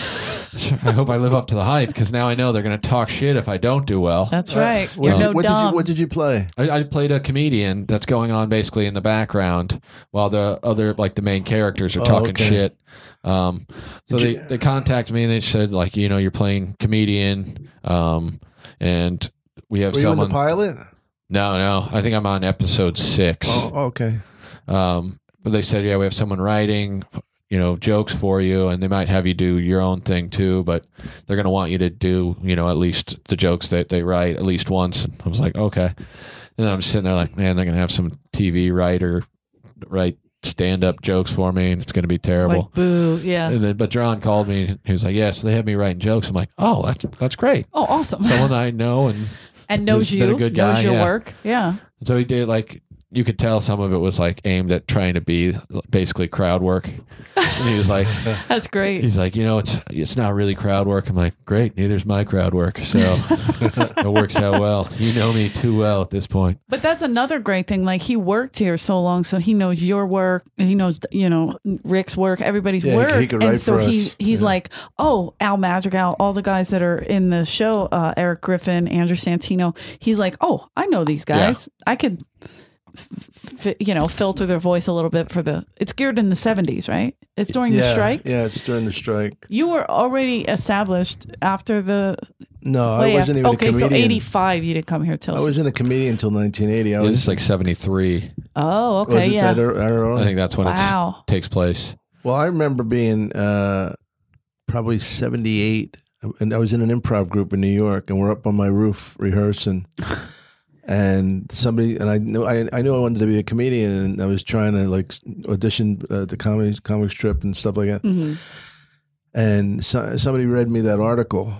I hope I live up to the hype because now I know they're gonna talk shit if I don't do well. that's right. Uh, what, You're did, no what, did dumb. you, what did you play? I, I played a comedian that's going on basically in the background while the other like the main characters are talking Oh, okay. shit. Um, so they, they contacted me and they said like you know you're playing comedian um, and we have Were you in the someone. pilot? no, no, I think I'm on episode six. Oh, okay. Um, but they said yeah we have someone writing you know jokes for you and they might have you do your own thing too but they're going to want you to do you know at least the jokes that they write at least once and i was like okay and then i'm sitting there like man they're going to have some tv writer write stand-up jokes for me and it's going to be terrible like boo. Yeah. uh, and then but john called me and he was like yeah so they have me writing jokes i'm like oh that's that's great Oh, awesome. someone i know and and knows he's been you. a good guy, knows your yeah. work. Yeah. so he did like you could tell some of it was like aimed at trying to be basically crowd work. And he was like, That's great. he's like, you know, it's it's not really crowd work. I'm like, great, neither's my crowd work. So it works out well. You know me too well at this point. But that's another great thing. Like he worked here so long, so he knows your work. He knows you know Rick's work, everybody's Yeah, he work, could- he could and write so for he us. he's like, oh, Al Madrigal, all the guys that are in the show, uh, Eric Griffin, Andrew Santino. He's like, oh, I know these guys. I could, f- f- you know, filter their voice a little bit for the. It's geared in the seventies, right? It's during yeah, the strike. Yeah, it's during the strike. You were already established after the. No, I way wasn't after- even okay, a comedian. so eighty five, you didn't come here till. I wasn't a comedian until 1980. I Yeah, was, this is like 73. oh, okay, was it yeah. that er- era? I think that's when it wow. takes place. Well, I remember being uh, probably 78, and I was in an improv group in New York, and we're up on my roof rehearsing. and somebody, and I knew I, I knew I wanted to be a comedian, and I was trying to like audition uh, the comedy comic strip and stuff like that. Mhm. And so, somebody read me that article,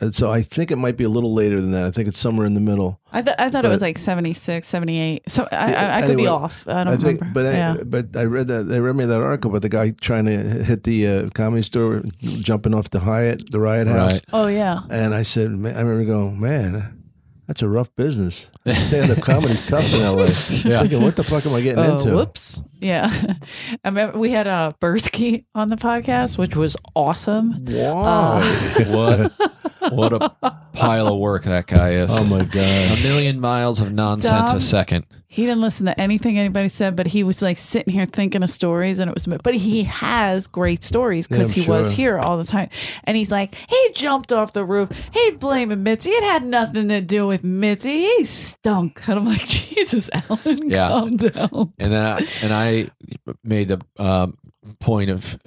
and so I think it might be a little later than that. I think it's somewhere in the middle. I, th- I thought it was But- like 76, 78. So I, Yeah, I, I could be anyway, off. I don't think, remember. but I, yeah. but I read that they read me that article about the guy trying to hit the uh, comedy store, jumping off the Hyatt, the Riot House, Right. oh, yeah. and I said, man, I remember going, man, that's a rough business. Stand up comedy's tough in LA. Yeah. Thinking, what the fuck am I getting Uh, into? whoops. Yeah. I remember we had uh, Bursky on the podcast, which was awesome. Wow! Oh. what what a pile of work that guy is. oh my god! a million miles of nonsense Dom. a second. He didn't listen to anything anybody said, but he was like sitting here thinking of stories, and it was. But he has great stories because Yeah, he I'm was sure. here all the time, and he's like, he jumped off the roof. He blaming Mitzi. It had nothing to do with Mitzi. He stunk, and I'm like, Jesus, Alan, Yeah. calm down. And then I, and I made the um, point of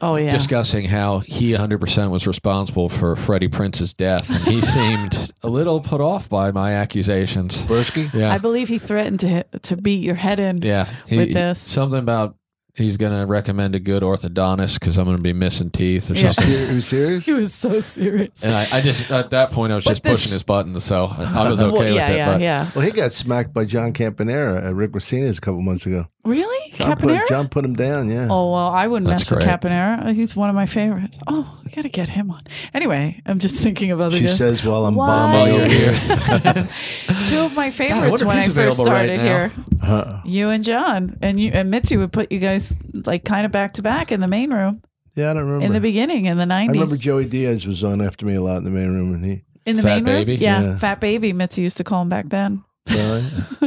Oh yeah, discussing how he 100% was responsible for Freddie Prince's death. And he seemed a little put off by my accusations. Bursky? Yeah. I believe he threatened to hit, to beat your head in. yeah. He, with this. Something about he's going to recommend a good orthodontist because I'm going to be missing teeth or Yeah. something. Ser- Are you serious? He was so serious. And I, I just, at that point, I was But just this- pushing his buttons. So I was okay Well, yeah, with it. yeah, but yeah. Well, he got smacked by John Campanera at Rick Rossini's a couple months ago. Really? John put, Caponera? John put him down. Yeah. Oh well, I wouldn't That's mess with great. Caponera. He's one of my favorites. Oh, we gotta get him on. Anyway, I'm just thinking of other. she guys. says while I'm Why? bombing over here. two of I my wonder favorites if when I he's first available right started now. here. You and John and you and Mitzi would put you guys like kind of back to back in the main room Yeah, I don't remember. in the beginning in the I remember nineties. Joey Diaz was on after me a lot in the main room, and he. In the Fat main Baby? room, yeah, Yeah. Fat Baby. Mitzi used to call him back then. Really?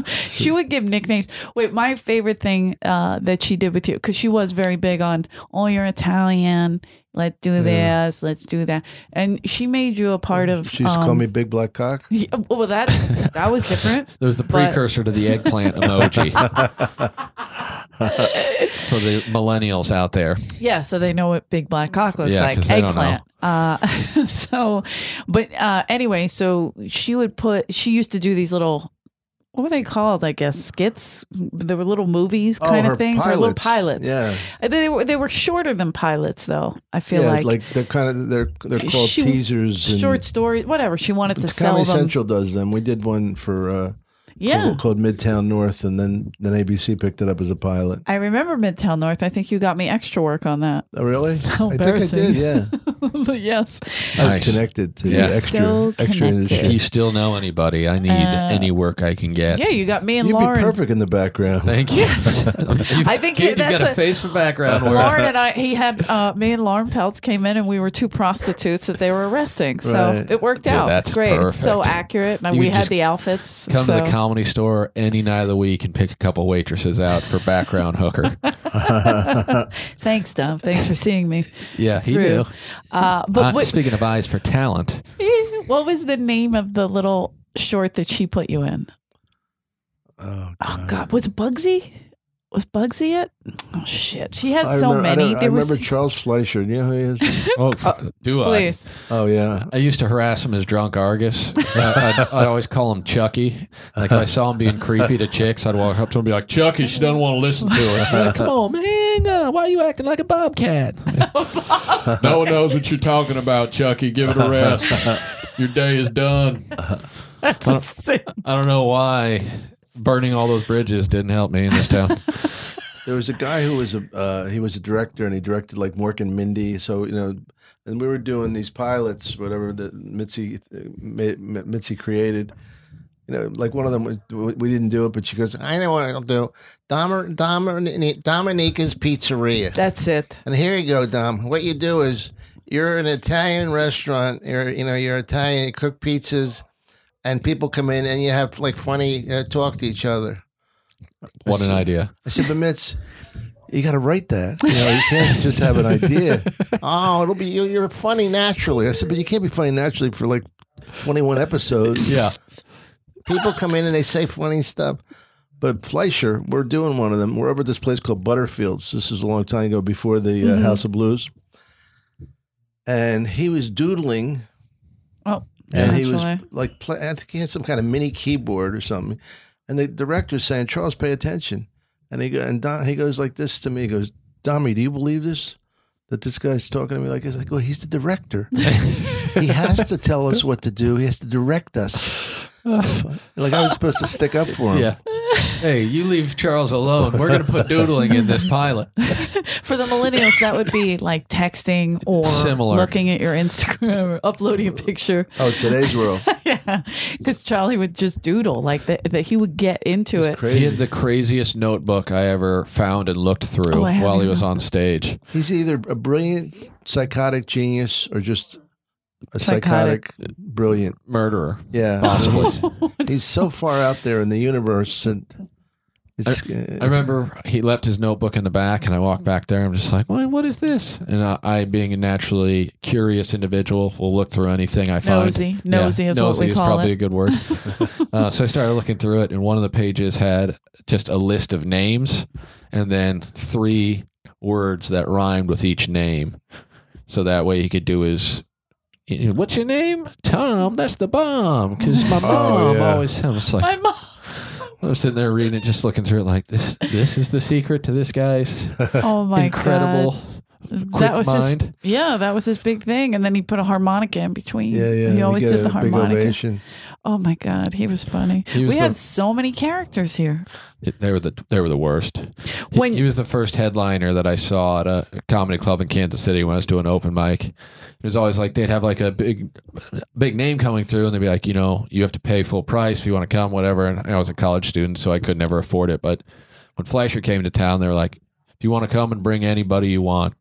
she would give nicknames. Wait, my favorite thing uh, that she did with you, because she was very big on, oh, you're Italian. Let's do this. Let's do that. And she made you a part of. Oh, um, she used to call me Big Black Cock. Yeah, well, that that was different. There was the But- precursor to the eggplant emoji. so the millennials out there, Yeah, so they know what big black cock looks Yeah, like. 'cause they don't Eggplant. Uh, so, but uh, anyway, so she would put. She used to do these little. What were they called? I guess skits. They were little movies kind Oh, her of things, or little pilots. pilots. Yeah, Uh, They were they were shorter than pilots, though. I feel yeah. like, Like, they're kind of they're they're called She- teasers. And short stories, whatever. She wanted to it's sell Comedy them. Central does them. We did one for uh, Yeah, called, called Midtown North, and then then ABC picked it up as a pilot. I remember Midtown North. I think you got me extra work on that. Oh, really? How I think I embarrassing. did. Yeah, But yes, I was Nice. connected to Yeah. the extra extra So If connected. you industry. still know anybody, I need Uh, any work I can get. yeah, you got me and You'd Lauren. be perfect in the background. Thank you. Yes. You've- I think Kid, he- you've that's got a what- face for background work. Lauren and I, he had uh, me and Lauren Peltz came in, and we were two prostitutes that they were arresting. So Right. it worked Yeah, out. that's Great. It's so perfect. accurate, and You we can had just the outfits. Come so. to the comedy store any night of the week and pick a couple waitresses out for background hooker. Thanks, Dom. Thanks for seeing me. Yeah, he through. knew. Uh, Uh, but what, speaking of eyes for talent, what was the name of the little short that she put you in? Oh, Oh God, was Bugsy? Was Bugsy it? Oh shit, she had I so remember, I many. don't- I, there were remember six- Charles Fleischer. Do you know who he is? oh, do Uh, Please, oh yeah. I used to harass him as drunk Argus. I, I, I always call him Chucky. Like if I saw him being creepy to chicks, I'd walk up to him and be like, "Chucky, she doesn't want to listen to it." Like, Come on, man, uh, why are you acting like a bobcat? no one knows what you're talking about, Chucky. Give it a rest. Your day is done. that's a sin. I don't know why burning all those bridges didn't help me in this town. There was a guy who was a uh, he was a director and he directed like Mork and Mindy. So you know, and we were doing these pilots, whatever that Mitzi uh, Mi- Mi- Mitzi created. You know, like one of them, we we didn't do it, but she goes, "I know what I'll do, Domer, Domer, Dominica's Pizzeria." That's it. And here you go, Dom. What you do is you're an Italian restaurant. You're you know you're Italian. You cook pizzas, and people come in and you have like funny uh, talk to each other. What an idea! I said, but Mitz, you got to write that. You know, you can't just have an idea. oh, it'll be you- you're funny naturally. I said, but you can't be funny naturally for like 21 episodes. Yeah, People come in and they say funny stuff. But Fleischer, we're doing one of them. We're over at this place called Butterfields. This is a long time ago before the uh, House of Blues. And he was doodling Oh, and naturally. he was like, play, I think he had some kind of mini keyboard or something. And the director's saying, Charles, pay attention. And he go, and Don, he goes like this to me. He goes, Dommy, do you believe this? That this guy's talking to me like this? I go, he's the director. he has to tell us what to do. He has to direct us. like I was supposed to stick up for him. yeah. Hey, you leave Charles alone. We're gonna put doodling in this pilot. For the millennials, that would be like texting or Similar. looking at your Instagram or uploading a picture. Oh, today's world. yeah, because Charlie would just doodle like that. That he would get into it. He Crazy. had the craziest notebook I ever found and looked through Oh, I have while he a was on stage. He's either a brilliant psychotic genius or just a Psychotic. psychotic brilliant. Murderer. Yeah, Possibly. he's so far out there in the universe, and it's, uh, I remember he left his notebook in the back, and I walked back there. I'm just like, well, what is this? And I, I, being a naturally curious individual, will look through anything I find. Nosy. Nosy is what nosy we is call probably it. a good word. uh, so I started looking through it, and one of the pages had just a list of names, and then three words that rhymed with each name. So that way he could do his. you know, What's your name? Tom. That's the bomb. Because my mom yeah. always. I was like, My mom. I'm sitting there reading it, just looking through it, like this. This is the secret to this guy's Oh my incredible god. quick that was mind. his yeah that was his big thing and then he put a harmonica in between Yeah, yeah. he they always get did the a big harmonica ovation. oh my god he was funny He was we the- had so many characters here It- they were the they were the worst. He- When- he, was the first headliner that I saw at a comedy club in Kansas City when I was doing open mic, it was always like they'd have like a big big name coming through, and they'd be like, you know, you have to pay full price if you want to come, whatever. And I was a college student, so I could never afford it. But when Fleischer came to town, they were like, if you want to come and bring anybody you want,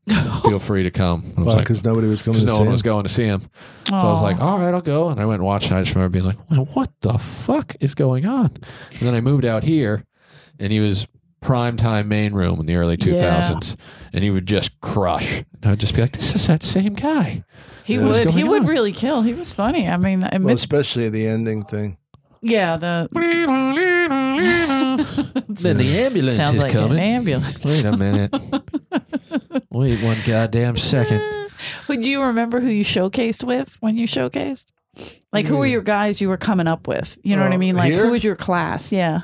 feel free to come. And I was Well, like, because nobody was coming because to no see one was him. going to see him. So I was Aw. like, oh, all right, I'll go. And I went and watched. And I just remember being like, "Well, what the fuck is going on? And then I moved out here and he was prime time main room in the early 2000s. And he would just crush. And I'd just be like, this is that same guy. he was would he going would on. really kill he was funny i mean Well, amidst, especially the ending thing. yeah the Then the ambulance sounds is like eh? coming. an ambulance Wait a minute. Wait one goddamn second. Who- do you remember who you showcased with when you showcased like who Hmm. were your guys you were coming up with you know what i Uh, mean like here? who was your class yeah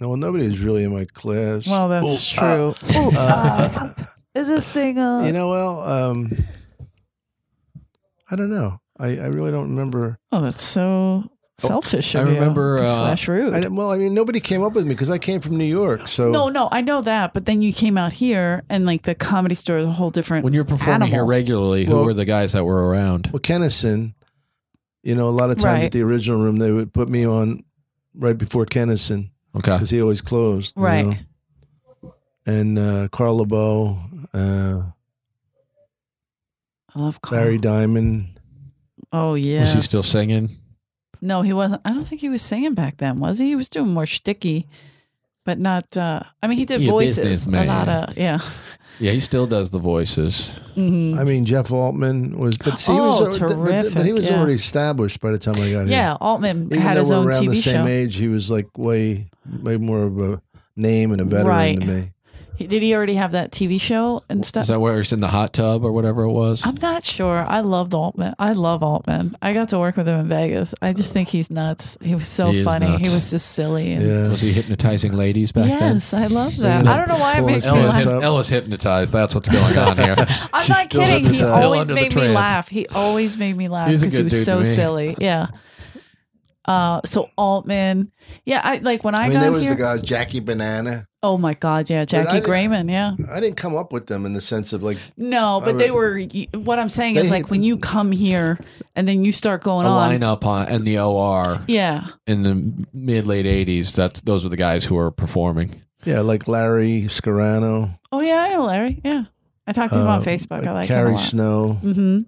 No, well, nobody is really in my class. well that's Oh, uh, true uh, is this thing uh you know, well, um, I don't know. I, I really don't remember. oh that's so selfish I of you, remember, uh, slash rude I, well, I mean, nobody came up with me because I came from New York. So No, no, I know that. But then you came out here, and like the comedy store is a whole different. When you're performing here animal. regularly, who Well- were the guys that were around? Well, Kennison, you know, a lot of times Right. at the original room, they would put me on right before Kennison Okay. because he always closed. you right? know? And uh, Carl LeBeau, uh, I love Carl. Barry Diamond. Oh yeah. Was he still singing? No, he wasn't. I don't think he was singing back then, was he? He was doing more shticky, but not. uh I mean, he did He a voices. A businessman. lot of yeah. Yeah, he still does the voices. hmm I mean, Jeff Altman was, but see, he Oh, was, al- but- but, but he terrific, was yeah. already established by the time I got here. Yeah, Altman Even had though his we're own around TV the same show. age, he was like way, way more of a name and a veteran Right. than me. He- Did he already have that TV show and stuff? Is that where he's in the hot tub or whatever it was? I'm not sure. I loved Altman. I love Altman. I got to work with him in Vegas. I just think he's nuts. He was so He is funny. He nuts. was just silly. And Yeah. Was he hypnotizing ladies back then? yes, I love Bringing that. I up don't know why it Florence makes me Ellis laugh. Up. Ella's hypnotized. That's what's going on here. I'm She's not still kidding. under He the- Still always under the made me trance. laugh. He always made me laugh He's a because he good was dude so to me. silly. Yeah. Uh, so Altman, yeah, I like when I, I mean, got there was here. the guy Jackie Banana. oh my god, yeah, Jackie I- Grayman, yeah. I didn't come up with them in the sense of like No, but I they were. What I'm saying is They- like when you come here and then you start A going on. lineup on and the OR Yeah, in the mid late eighties. That's those were the guys who were performing. Yeah, like Larry Scarano, Oh yeah, I know Larry. Yeah, I talked to him on uh, Facebook. I like him a Carrie lot. Snow. hmm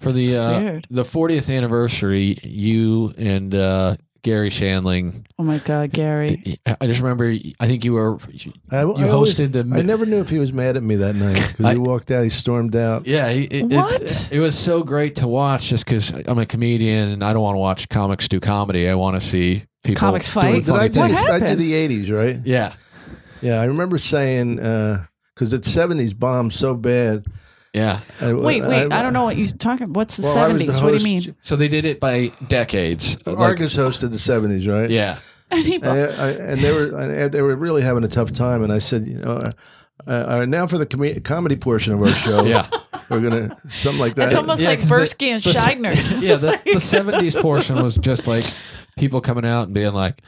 For the That's uh, weird. the fortieth anniversary, you and uh, Gary Shanling. Oh my God, Gary. I just remember. I think you were you I, you hosted the. I never knew if he was mad at me that night because I- he walked out. He stormed out. Yeah, he- it, it- What? It, was so great to watch just because I'm a comedian and I don't want to watch comics do comedy. I want to see people Comics doing fight? Did funny I do? What things. this- I did happened? the '80s, right? Yeah, Yeah, I remember saying uh, because it's '70s bombed so bad. yeah. I- Wait, wait. I, don't know what you're talking. What's the Well, I was the seventies? what do you host- mean? So they did it by decades. Uh, Like, Argus hosted the '70s, right? yeah. And he- and, I, and they were and they were really having a tough time. And I said, you know, uh, uh, now for the com- comedy portion of our show, Yeah. we're gonna something like that. it's almost Yeah, like 'cause the- Bursky and the- Scheidner. Yeah, the, the 70s portion was just like people coming out and being like,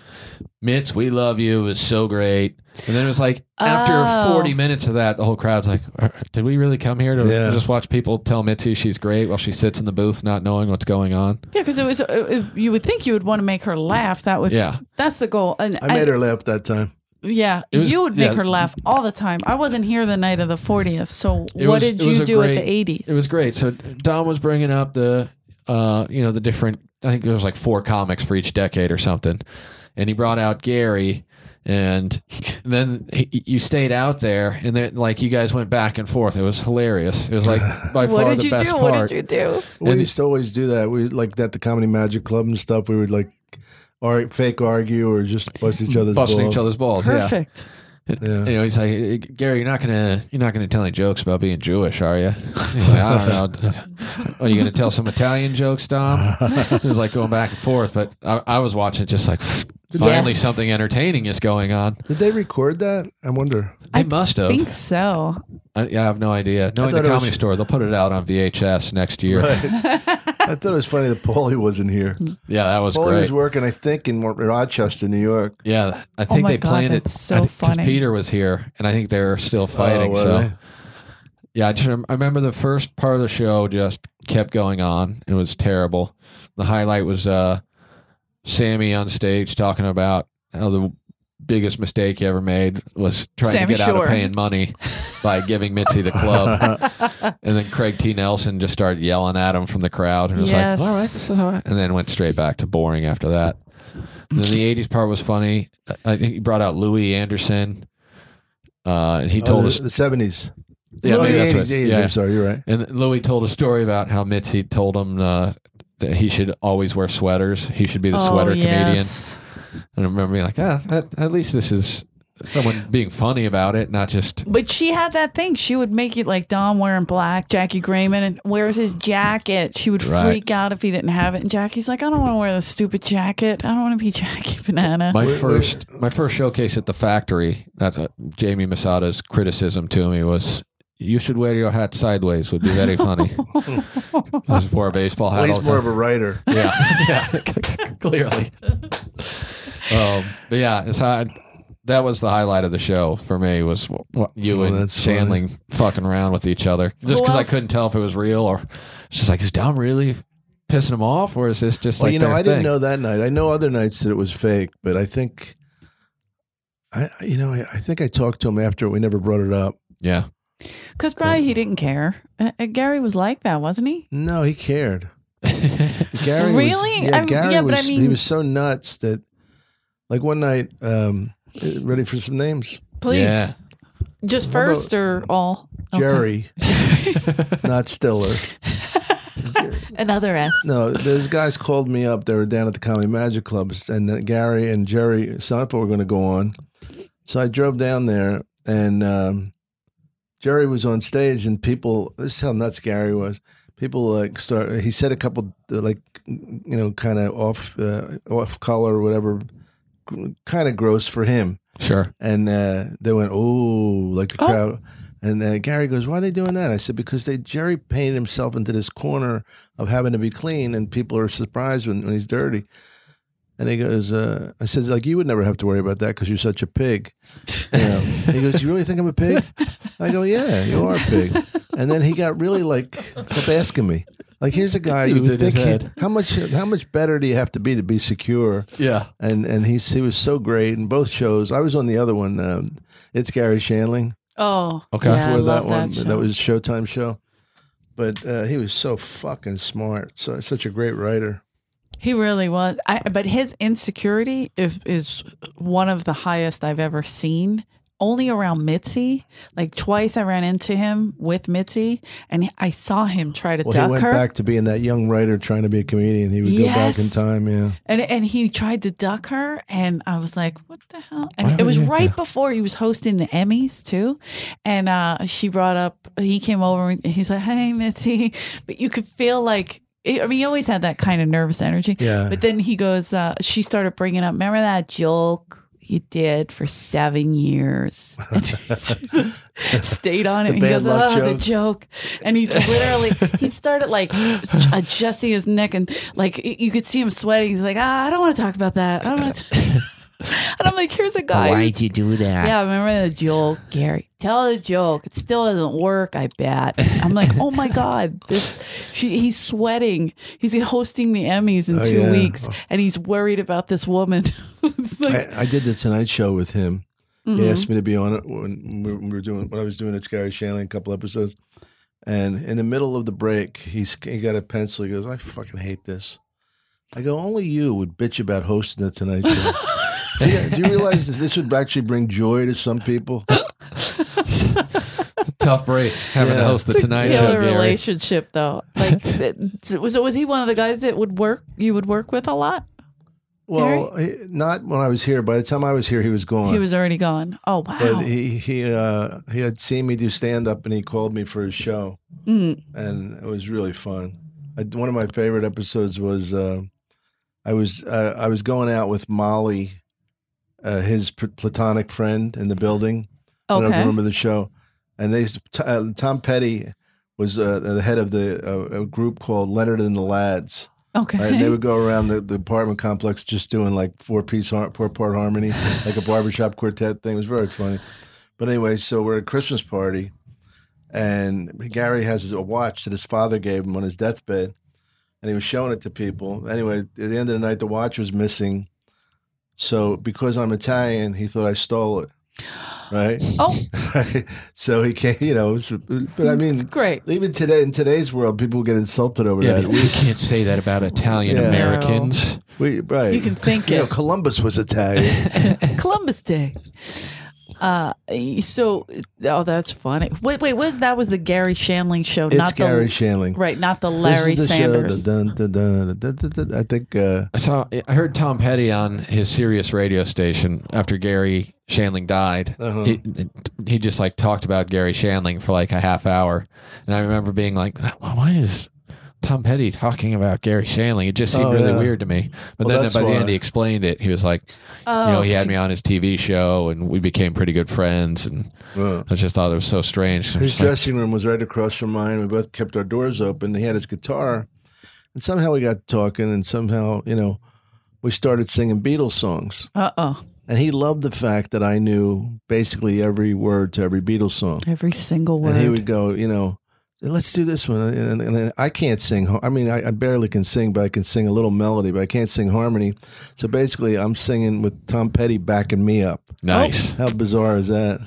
Mitts, we love you. It was so great. And then it was like, after Oh. 40 minutes of that, the whole crowd's like, "All right, did we really come here to Yeah. just watch people tell Mitzi she's great while she sits in the booth not knowing what's going on? Yeah, because it was. uh, Uh, you would think you would want to make her laugh. That would. Yeah. That's the goal. And I made her laugh that time. Yeah, It was- you would make yeah. her laugh all the time. I wasn't here the night of the fortieth. So It what was- did it was you a do great- at the eighties? It was great. So Dom was bringing up the, uh, you know, the different. I think there was like four comics for each decade or something, and he brought out Gary, and then he, you stayed out there, and then like you guys went back and forth. It was hilarious. It was like by what far did the you best do? part. What did you do? We And- used to always do that. We like at the Comedy Magic Club and stuff. We would like ar- fake argue or just bust each other's Busting balls. each other's balls. Perfect. Yeah. Yeah. You know, he's like, "Eh, Gary, you're not gonna, you're not gonna tell any jokes about being Jewish, are you? He's like, I don't know. Are you going to tell some Italian jokes, Dom? it was like going back and forth, but I, I was watching it just like finally Yes. something entertaining is going on. Did they record that? I wonder. They must have. think so. I, I have no idea. Knowing the thought it comedy was- store, they'll put it out on VHS next year. I thought it was funny that Paulie wasn't here. Yeah, that was Paulie great. was working, I think, in Ro- Rochester, New York. Yeah, I think Oh my they God, planned it. that's so I think 'cause funny. Peter was here, and I think they're still fighting. Oh, were so they? yeah, I, just, rem- I remember the first part of the show just kept going on. It was terrible. The highlight was uh, Sammy on stage talking about how the biggest mistake he ever made was trying Sammy to get out Shore. of paying money by giving Mitzi the club. and then Craig T. Nelson just started yelling at him from the crowd. And it was Yes. like, all right, this is all right. And then went straight back to boring after that. And then the 80s part was funny. I think he brought out Louis Anderson. Uh, and he Oh, told the- us, the seventies. Oh, yeah, maybe that's what, yeah. I'm sorry, you're right. And Louis told a story about how Mitzi told him uh, that he should always wear sweaters. He should Oh, be the sweater comedian. And I remember being like, ah, at, at least this is someone being funny about it, not just. But she had that thing. She would make it like Dom wearing black, Jackie Grayman, and wears his jacket. She would Right. freak out if he didn't have it. And Jackie's like, I don't want to wear this stupid jacket. I don't want to be Jackie Banana. My first, my first showcase at the factory. That's uh, Jamie Masada's criticism to me was, "You should wear your hat sideways." Would be very funny. I just wore a baseball hat. Well, all he's the more time. of a writer. yeah, yeah, clearly. Um, but yeah, it's how that was the highlight of the show for me was what you Oh, and that's funny. Shanling fucking around with each other just Who because I else? couldn't tell if it was real or it's just like is Dom really pissing him off or is this just Well, like you know, their I didn't thing? know that night. I know other nights that it was fake, but I think, I I- you know, I, I think I talked to him after we never brought it up. Yeah, Because probably he didn't care. Uh, uh, Gary was like that, wasn't he? No, he cared. Gary Really? Was, yeah, I'm- Gary yeah, was. but I he mean- was so nuts that, like one night, um, ready for some names. Please. Yeah. Just first or all? Okay. Jerry, not Stiller. Another S. No, those guys called me up. They were down at the Comedy Magic Clubs, and uh, Gary and Jerry Seinfeld were going to go on. So I drove down there, and um, Jerry was on stage, and people. This is how nuts Gary was. People like start. He said a couple uh, like you know kind of off uh, off color or whatever, kind of gross for him. sure. And uh, they went, oh, like the Oh. crowd. And uh, Gary goes, why are they doing that? I said, because they Jerry painted himself into this corner of having to be clean, and people are surprised when, when he's dirty. And he goes, uh, I says, like, you would never have to worry about that because you're such a pig. You know? And he goes, you really think I'm a pig? I go, yeah, you are a pig. And then he got really like, kept asking me. Like, here's a guy. He you was would in his think he- head. how much how much better do you have to be to be secure? Yeah, and and he he was so great in both shows. I was on the other one. Um, it's Gary Shanling Oh. Okay. Yeah, I before that love one. That, That, show. was Showtime show. But uh, he was so fucking smart. So such a great writer. He really was. I, but his insecurity is, is one of the highest I've ever seen. Only around Mitzi. Like twice I ran into him with Mitzi and I saw him try to Well, duck he went her. back to being that young writer trying to be a comedian. He would go back in Yes. time. Yeah. And and he tried to duck her, and I was like, "What the hell?" And Why it was would you- right yeah. before he was hosting the Emmys too, and uh, she brought up. He came over and he's like, "Hey, Mitzi," but you could feel like. I mean, he always had that kind of nervous energy. Yeah. But then he goes, uh, she started bringing up, remember that joke you did for seven years? And she just stayed on it. The and he bad goes, luck oh, the joke. joke. And he's literally, he started like adjusting his neck and like you could see him sweating. He's like, ah, I don't want to talk about that. I don't want to. and I'm like, here's a guy. who's- Why'd you do that? yeah, remember the joke, Gary. Tell the joke. It still doesn't work, I bet. I'm like, oh my God. This she he's sweating. He's hosting the Emmys in Oh, two yeah. weeks and he's worried about this woman. It's like- I, I did the Tonight Show with him. He Mhm. asked me to be on it when we we were doing when I was doing it's Gary Shanley a couple episodes. And in the middle of the break, he's he got a pencil. He goes, "I fucking hate this." I go, "Only you would bitch about hosting the Tonight Show." yeah, do you realize this, this would actually bring joy to some people? tough break having to Yeah. host the It's a Tonight killer Show. Gary. relationship though. Like that- so was he one of the guys that would work you would work with a lot? Well, he- not when I was here. By the time I was here, he was gone. He was already gone. Oh wow. but he he uh, he had seen me do stand up, and he called me for his show. Mm, and it was really fun. I, one of my favorite episodes was uh, I was uh, I was going out with Molly, uh, his pl- platonic friend in the building. I don't know if you Okay. remember the show. And they, used to- uh, Tom Petty was uh, the head of the uh, a group called Leonard and the Lads. Okay. Right? And they would go around the, the apartment complex just doing like four piece, har- four part harmony, like a barbershop quartet thing. It was very funny. But anyway, so we're at a Christmas party, and Gary has a watch that his father gave him on his deathbed, and he was showing it to people. Anyway, at the end of the night, the watch was missing. So because I'm Italian, he thought I stole it. Right? oh, so he can't, you know, it was- but I mean, great. even today, in today's world, people get insulted over Yeah, that. but we can't say that about Italian Yeah. Americans. We, right. You can think You know, it. Columbus was Italian. Columbus Day. Uh, so oh, that's funny. Wait, wait, was that was the Gary Shanling show? it's not Gary the Shanling. right, not the This is Larry the show, Sanders. the dun, dun, dun, dun, dun, dun, dun. I think uh, I saw. I heard Tom Petty on his Sirius radio station after Gary Shanling died. Uh-huh. He he just like talked about Gary Shanling for like a half hour, and I remember being like, "Why is Tom Petty talking about Gary Shanling?" It just seemed Oh, really yeah. weird to me. But Well, then that's by the why. end, he explained it. He was like, Oh, "You know, he had me on his TV show, and we became pretty good friends." And well, I just thought it was so strange. I'm his just like, dressing room was right across from mine. We both kept our doors open. He had his guitar, and somehow we got talking, and somehow you know we started singing Beatles songs. Uh oh, And he loved the fact that I knew basically every word to every Beatles song. every single word. And he would go, you know, let's do this one. And, and, and I can't sing. har- I mean, I, I barely can sing, but I can sing a little melody, but I can't sing harmony. So basically, I'm singing with Tom Petty backing me up. nice. How bizarre is that?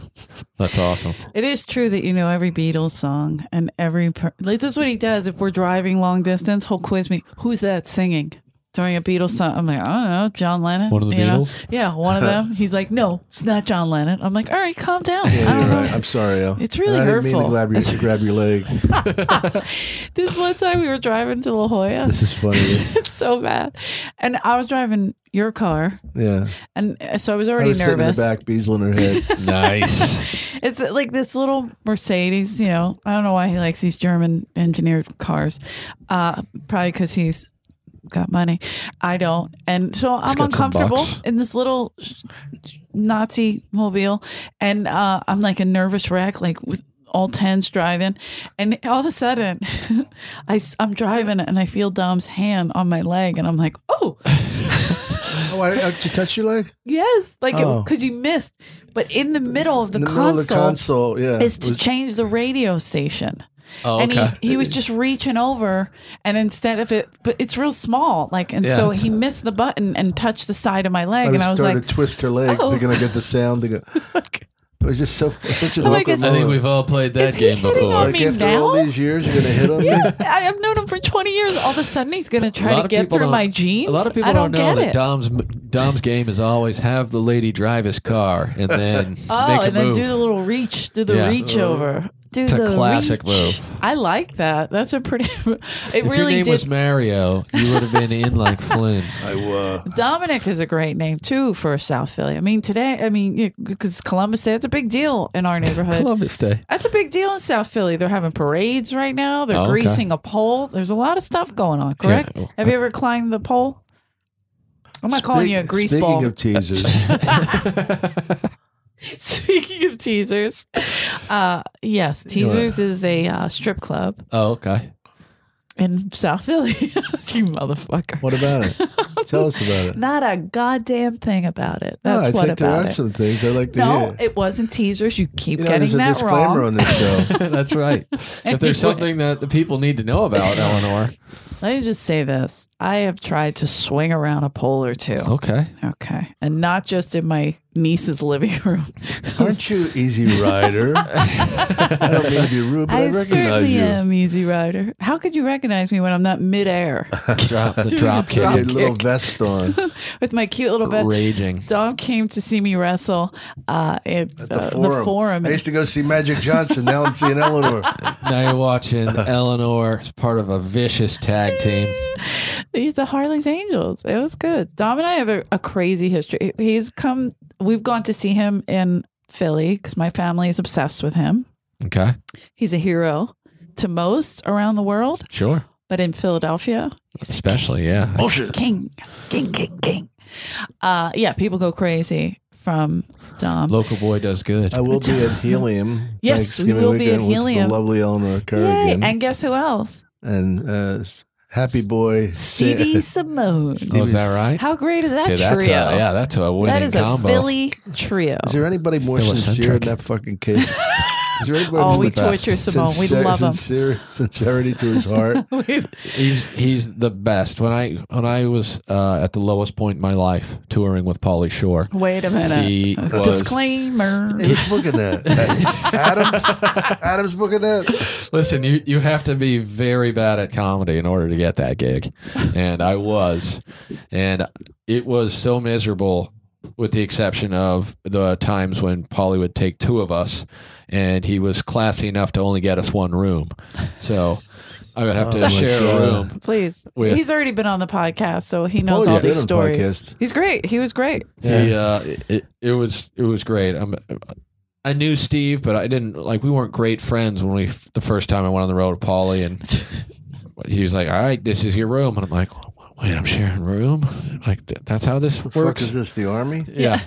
That's awesome. It is true that you know every Beatles song and every. Per- like, this is what he does. If we're driving long distance, he'll quiz me, "Who's that singing during a Beatles song?" I'm like, "I don't know, John Lennon." One of the you know? Beatles? Yeah, one of them. He's like, "No, it's not John Lennon." I'm like, "All right, calm down. I don't You're know." right. I'm sorry, El. It's really And I didn't mean to hurtful. grab your, to grab your leg. This one time we were driving to La Jolla. This is funny. It's so bad, and I was driving your car, Yeah. and uh, so I was I already was sitting in the nervous. back, Beasel in her head. Nice. It's like this little Mercedes, you know. I don't know why he likes these German engineered cars. Uh, probably because he's got money. I don't. And so I'm got some uncomfortable bucks. in this little Nazi mobile. And uh, I'm like a nervous wreck, like with all tens driving. And all of a sudden, I, am driving and I feel Dom's hand on my leg. And I'm like, oh, oh, I, I, did you touch your leg? yes. Like, Oh. because you missed. But in the middle of the, in the console, middle of the console. Yeah. is to Was- change the radio station. Oh, And okay. he, he was just reaching over, and instead of it, but it's real small, like, and Yeah. so he missed the button and touched the side of my leg, I and was I was starting like, to twist her leg, oh. thinking I get the sound. To go. It was just so such a Oh, I welcome. guess- I I think moment. we've all played that Is he game hitting before. on like me after all now? these years, you're gonna hit on me. I have known him for twenty years. All of a sudden, he's A gonna lot try to of get people through don't- my jeans. A lot of people I don't, know get that it. Dom's Dom's game is always have the lady drive his car and then oh, make a and then move. do the little reach, do the Yeah. reach over, do It's a the classic reach. move. I like that. That's a pretty. It if your really name did. was Mario, you would have been in like Flynn. I uh, Dominic is a great name too for South Philly. I mean, today, I mean, because Columbus Day, that's a big deal in our neighborhood. Columbus Day. That's a big deal in South Philly. They're having parades right now. They're Oh, okay. greasing a pole. There's a lot of stuff going on, correct? Yeah. Have you ever climbed the pole? I'm not calling you a grease Speaking ball. of teasers, speaking of teasers, uh, yes, teasers is a uh, strip club Oh, okay. in South Philly. you motherfucker. what about it? Tell us about it. Not a goddamn thing about it. No, That's I what think there about are it. some things I like to no, hear. it wasn't teasers. You keep You know, getting there's a that disclaimer wrong. on this show. That's right. If there's something that the people need to know about Eleanor, Let me just say this. I have tried to swing around a pole or two. Oh. okay. Okay. And not just in my niece's living room. Aren't you Easy Rider? I don't mean to be rude, but I, I recognize certainly you. am, Easy Rider. How could you recognize me when I'm not midair Drop the drop You had a kick. little vest on with my cute little bed? Raging. Dom came to see me wrestle uh, at, at uh, the forum. I used to go see Magic Johnson. Now I'm seeing Eleanor. Now you're watching Eleanor as part of a vicious tag team. He's the Harley's Angels. It was good. Dom and I have a, a crazy history. He's come, we've gone to see him in Philly because my family is obsessed with him. Okay. He's a hero. to most around the world, Sure. but in Philadelphia, Especially, yeah. Oh, king, king, king, king. Uh, yeah, people go crazy from Dom. Local boy does good. Oh, I will be at Helium. Yes, Thanksgiving we will be weekend at with the Helium. lovely Eleanor Yay! Kerrigan And guess who else? and, uh, s- Happy Boy Sa- Stevie Simone. Oh, is that right? How great is that Yeah, trio? that's a, yeah, that's a winning that is combo. a Philly trio. Is there anybody more sincere in Philocentric. that fucking case? Is there anybody Oh, who's we the best? torture Simone. We love him. sincere, Sincerity to his heart. He's he's the best. When I when I was uh, at the lowest point in my life touring with Pauly Shore, Wait a minute. He was- Disclaimer. Hey, who's booking that? Adam? Adam's booking that? Listen, you, you have to be very bad at comedy in order to get that gig. And I was. And it was so miserable, with the exception of the times when Polly would take two of us and he was classy enough to only get us one room. So I would have Oh to my share God. a room. Please. With- He's already been on the podcast, so he knows Oh, all yeah. these Been on stories. podcast. He's great. He was great. He, uh, it, it was it was great. I'm, I knew Steve, but I didn't like we weren't great friends when we the first time I went on the road with Polly, and he was like, "All right, this is your room," and I'm like, "Wait, I'm sharing a room? Like th- that's how this Fuck, works?" is this the army? yeah.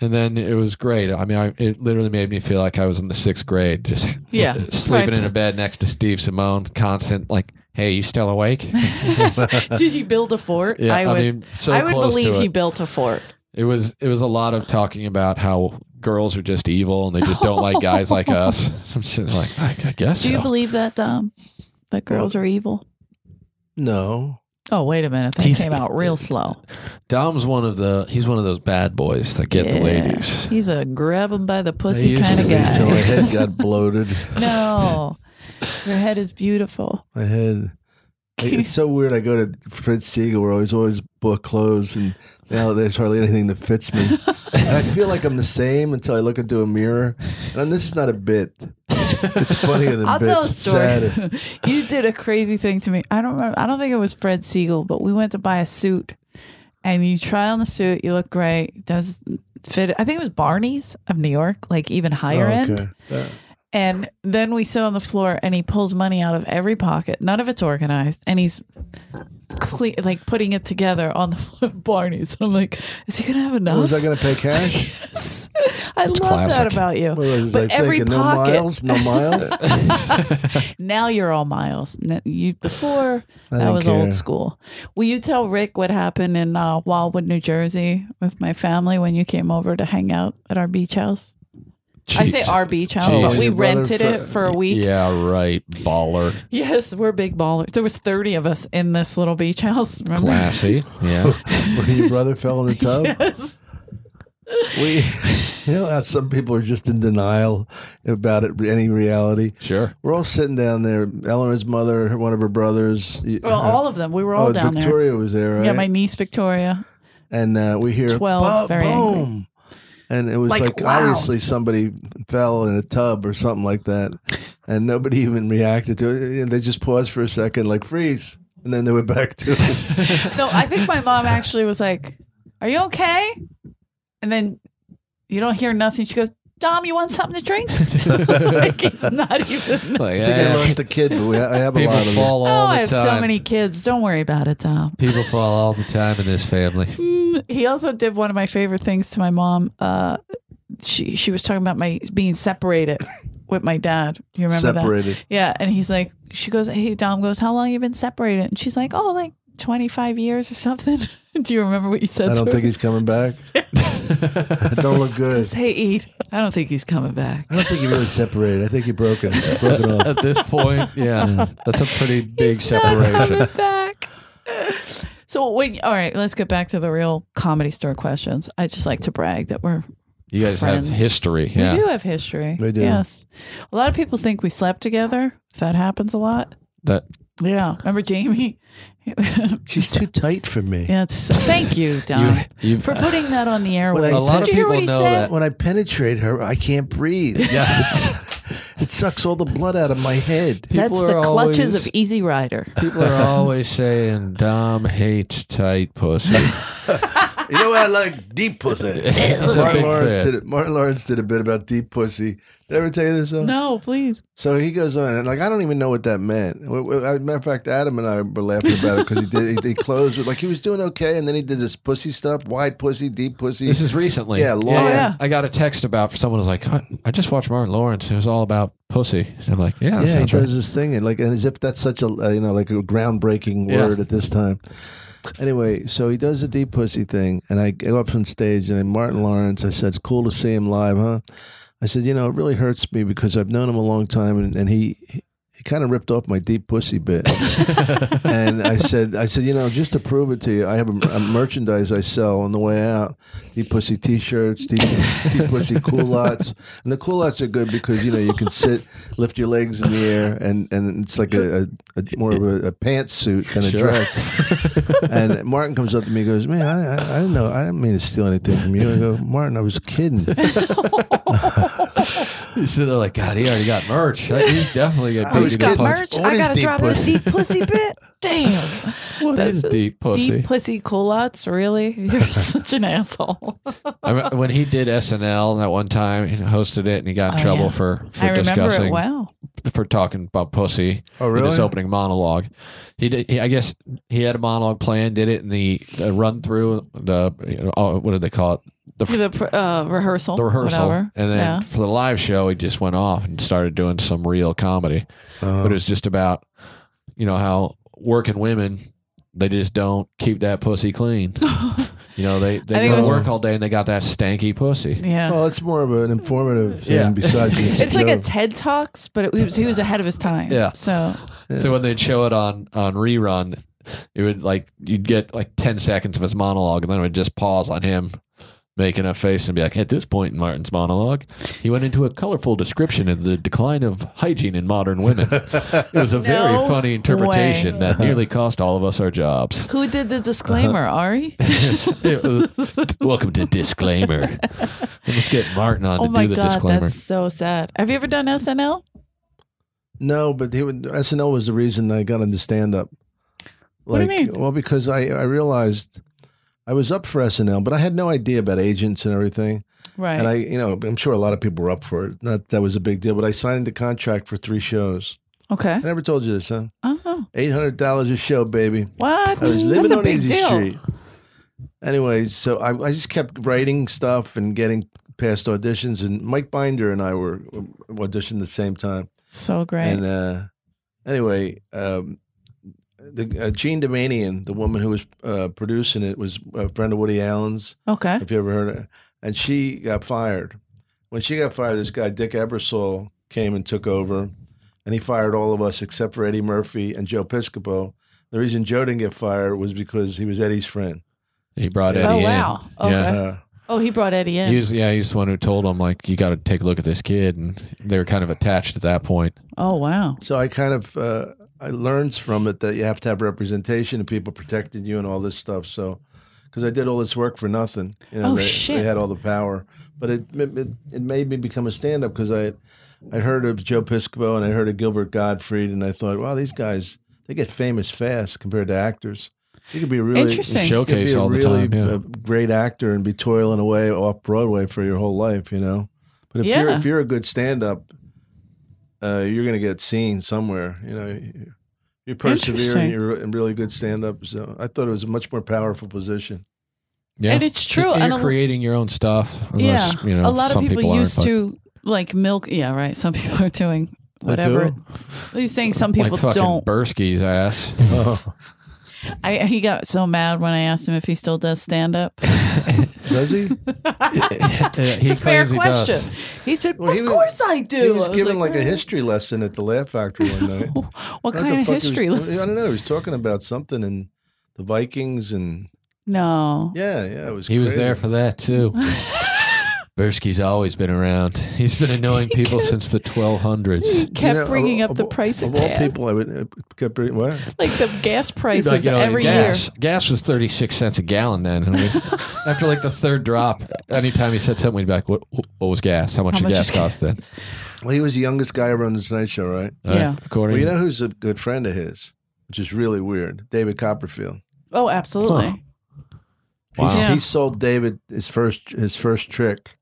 and then it was great. I mean, I, it literally made me feel like I was in the sixth grade, just Yeah. sleeping Right. in a bed next to Steve Simone, constant like, "Hey, you still awake?" Did he build a fort? Yeah, I would. I, mean, so would close to believe it. he built a fort. It was it was a lot of talking about how girls are just evil and they just don't like guys like us. I'm just like I, I guess Do you so. believe that, Dom? That girls are evil? No. Oh, wait a minute. That He's- came out real slow. Dom's one of the he's one of those bad boys that get the Yeah. ladies. He's a grab him by the pussy I used kind to of be till my guy. head got bloated. no. Your head is beautiful. My head. It's so weird. I go to Fred Siegel where I was always bought clothes, and now there's hardly anything that fits me. And I feel like I'm the same until I look into a mirror. And this is not a bit. It's funnier than I'll bits. tell a It's story. sadder. you did a crazy thing to me. I don't remember. I don't think it was Fred Siegel, but we went to buy a suit, and you try on the suit. You lok great. Does fit? I think it was Barney's of New York, like even higher Oh, end. okay. Uh, And then we sit on the floor, and he pulls money out of every pocket. None of it's organized, and he's cle- like putting it together on the floor of Barney's. And I'm like, is he gonna have enough? was I going to pay cash? I love classic. that about you. What was but I every thinking? pocket. No miles, no miles. Now you're all miles. N- You before that don't was care. old school. Will you tell Rick what happened in uh, Wildwood, New Jersey, with my family when you came over to hang out at our beach house? I say E. Jeez. our beach house, Jeez. but we Your brother rented fa- it for a week. Yeah, right. Baller, Yes, we're big ballers. There was thirty of us in this little beach house. Remember? classy. Yeah, Where your brother fell in the tub. We, you know, how some people are just in denial about it, any reality. sure. We're all sitting down there. Eleanor's mother, her- one of her brothers. y- Well, her- all of them. We were all oh, down Victoria was there, there. right? Yeah, my niece Victoria. and uh, we hear 12, "Bu- very angry. boom, and it was like, obviously somebody fell in a tub or something like that, and nobody even reacted to it. And they just paused for a second, like freeze, and then they went back to. No, I think my mom actually was like, "Are you okay?" And then you don't hear nothing. She goes, "Dom, you want something to drink?" like it's not even. Like, I think I eh, lost a kid, but we, I have a people lot of them. fall all Oh, the I have time. so many kids. Don't worry about it, Dom. Mm, People fall all the time in this family. He also did one of my favorite things to my mom. Uh, she she was talking about my being separated with my dad. You remember that? separated. Yeah, and he's like, she goes, hey, Dom goes, how long you been separated? And she's like, oh, like twenty five years or something. Do you remember what you said? I don't to think her? he's coming back. don't look good. He- hey, Ed, I don't think he's coming back. I don't think he really separated. I think he broke it. Broke it off. At this point, yeah, that's a pretty big separation. back. So wait, all right, let's get back to the real comedy store questions. I just like to brag that we're You guys friends. have history. Yeah. We do have history. We do. Yes. A lot of people think we slept together. That happens a lot. That Yeah. Remember Jamie? She's too tight for me. yeah, it's- thank you, Don, you- Uh, for putting that on the When I- airwaves. A lot Did of you hear what people he know said? that. When I penetrate her, I can't breathe. Yeah. It's, it sucks all the blood out of my head. That's people the are clutches always- of Easy Rider. People are always saying Dom hates tight pussy. You know what I like? Deep pussy. Martin big Lawrence, fan. did it. Martin Lawrence did a bit about deep pussy. Did I ever tell you this? Song? No, please. So he goes on, and like I don't even know what that meant. W- w- As a matter of fact, Adam and I were laughing about it because he did. He, he closed with like he was doing okay, and then he did this pussy stuff, wide pussy, deep pussy. This is recently. Yeah, Lauren. Oh, yeah. I got a text about someone was like, "Huh, I just watched Martin Lawrence. It was all about pussy. And I'm like, yeah, that yeah, he sounds right. does this thing, and like and as if that's such a uh, you know like a groundbreaking Yeah. word at this time. Anyway, so he does the deep pussy thing, and I go up on stage, and then Martin Lawrence. I said, "It's cool to see him live, huh?" I said, "You know, it really hurts me because I've known him a long time, and, and he." he kind of ripped off my deep pussy bit, and I said, "I said, you know, just to prove it to you, I have a, a merchandise I sell on the way out: deep pussy T-shirts, deep, deep pussy culottes, and the culottes are good because you know you can sit, lift your legs in the air, and and it's like a, a, a more of a, a pantsuit than a Sure. dress. and Martin comes up to me, and goes, "Man, I, I, I didn't know. I didn't mean to steal anything from you." I go, "Martin, I was kidding." You sit there like, God, he already got merch. Like, he's definitely a was big kidding. punch. Merch. What I is gotta deep drop pussy? in a deep pussy bit. Damn. What is deep pussy? Deep pussy culottes. Really? You're such an asshole. I remember when he did SNL that one time, he hosted it and he got in Oh, trouble yeah. for for I remember it discussing well. for talking about pussy Oh, in his really? opening monologue. He did. He, I guess he had a monologue plan, did it in the, the run through the you know, oh, what did they call it? The f- The pr- uh, rehearsal. the rehearsal, Whatever. and then yeah. for the live show, he just went off and started doing some real comedy. Uh, Oh. But it was just about you know how working women they just don't keep that pussy clean. you know they I they think it go was- to work all day and they got that stanky pussy. yeah. Well, it's more of an informative thing Yeah. besides. just it's like a joke. TED Talks, but it was, he was ahead of his time. Yeah. So So when they'd show it on on rerun, it would like you'd get like ten seconds of his monologue, and then it would just pause on him making a face and be like, "At this point in Martin's monologue, he went into a colorful description of the decline of hygiene in modern women. it was a very No funny interpretation way. that nearly cost all of us our jobs." who did the disclaimer? Uh-huh. Ari. It was- welcome to disclaimer. Let's get Martin on Oh to do my the god, disclaimer. that's so sad. Have you ever done SNL? No, but he would, SNL was the reason I got into stand up. What do you mean? Well, because I, I realized I was up for SNL, but I had no idea about agents and everything. Right. And I, you know, I'm sure a lot of people were up for it. Not that was a big deal, but I signed a contract for three shows. okay. I never told you this, huh? Oh, Eight hundred dollars a show, baby. what? I was living that's a on big Easy deal. Street. Anyway, so I, I just kept writing stuff and getting past auditions, and Mike Binder and I were uh, auditioned at the same time. So great. And uh, anyway, um, the uh, Gene Demanian, the woman who was uh, producing it, was a friend of Woody Allen's. okay. If you ever heard of her, and she got fired. When she got fired, this guy Dick Ebersol came and took over, and he fired all of us except for Eddie Murphy and Joe Piscopo. The reason Joe didn't get fired was because he was Eddie's friend. he brought Oh, Eddie Oh in. wow. Okay. Yeah. Uh, Oh, he brought Eddie in. He was, yeah, he's the one who told him like you got to take a look at this kid, and they were kind of attached at that point. oh wow. So I kind of uh, I learned from it that you have to have representation and people protecting you and all this stuff. So because I did all this work for nothing, you know, Oh, they, shit. they had all the power, but it it, it- it made me become a stand up because I I heard of Joe Piscopo and I heard of Gilbert Gottfried and I thought, wow, these guys they get famous fast compared to actors. You could be a really Interesting. you could be Showcase a all the really, time, yeah. uh, great actor and be toiling away off Broadway for your whole life, you know. But if you're Yeah. if you're a good stand up, uh, you're going to get seen somewhere. You know, you, you persevere Interesting. and you're in really good stand up. So I thought it was a much more powerful position. Yeah, And it's true, You're and a- creating your own stuff. yeah. Unless, You know, a lot of some people, aren't, used but- to like milk. Yeah. Right. Some people are doing whatever. He's saying some people like fucking don't. Bursky's ass. Oh, I, he got so mad when I asked him if he still does stand up. does he? it's it's a fair question. He said, Well, "Of he was- course I do." He I was given like, a "Really?" history lesson at the Laugh Factory one night. Not What the kind of fuck he was- history? I lesson? don't know. He was talking about something and the Vikings and No. yeah, yeah. It was. He was crazy. there for that too. Bursky's always been around. He's been annoying people since the 1200s. Kept You know, of- bringing up of the all- price of, of all gas, people. I would uh, kept bringing, what? like the gas He'd prices be like, you know, every gas, year. gas was 36 cents a gallon then. And we, after like the third drop, anytime he said something, we'd be like, what, what was gas? How much How did much gas is cost then? Well, he was the youngest guy ever on the Tonight Show, right? Uh, Yeah. according Well, you know who's a good friend of his, which is really weird. David Copperfield. Oh, absolutely. Huh. Wow. He, Yeah. he sold David his first his first trick.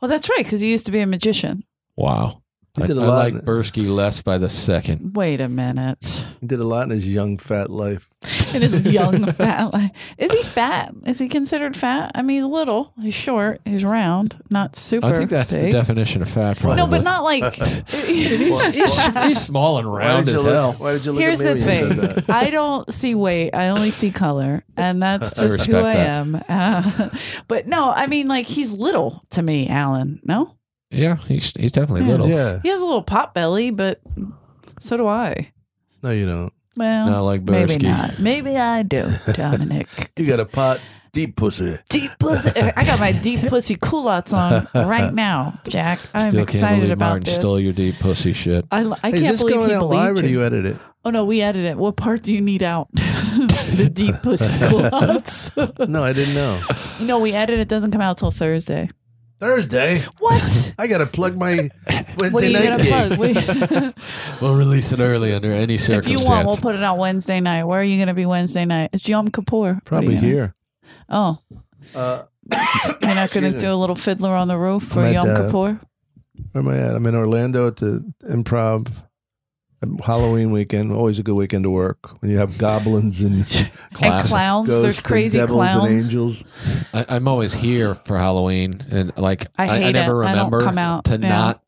Well, that's right, because he used to be a magician. Wow. He I, did a I lot. like Bursky less by the second. Wait a minute. He did a lot in his young fat life. In his young fat life. Is he fat? Is he considered fat? I mean, he's little. He's short. He's round. Not super. I think that's the big. definition of fat, probably. No, but not like. He's, he's small and Why round did you as look- hell. Why did you look Here's at me the when you thing. said that? I don't see weight. I only see color, and that's I just who respect I that. am. Uh, but no, I mean, like he's little to me, Alan. No, Yeah, he's he's definitely Yeah. little. Yeah. he has a little pot belly, but so do I. No, you don't. Well, Not like maybe Bursky. not. Maybe I do, Dominic. You got a pot deep pussy. deep pussy. I got my deep pussy culottes on right now, Jack. I'm Still can't excited believe about Martin this. stole your deep pussy shit. I, I Is can't this believe going he out live or believed do you. you edit it? Oh no, we edit it. What part do you need out? the deep pussy culottes. No, I didn't know. No, we edit it. Doesn't come out till Thursday. Thursday. What? I gotta plug my Wednesday what are you night gonna gig. plug? We- We'll release it early under any if you circumstance. want, we'll put it out Wednesday night. Where are you gonna be Wednesday night? It's Yom Kippur. What are you Probably gonna- here. Oh, Uh, you're not gonna Excuse me. do a little fiddler on the roof for I'm at, Yom uh, where Kippur? am I at? I'm in Orlando at the Improv. um, Halloween weekend, always a good weekend to work when you have goblins and and clowns. ghosts There's and crazy devils clowns. and angels. I, I'm always here for Halloween, and like I I, I, hate never it. I don't remember come out, to yeah. not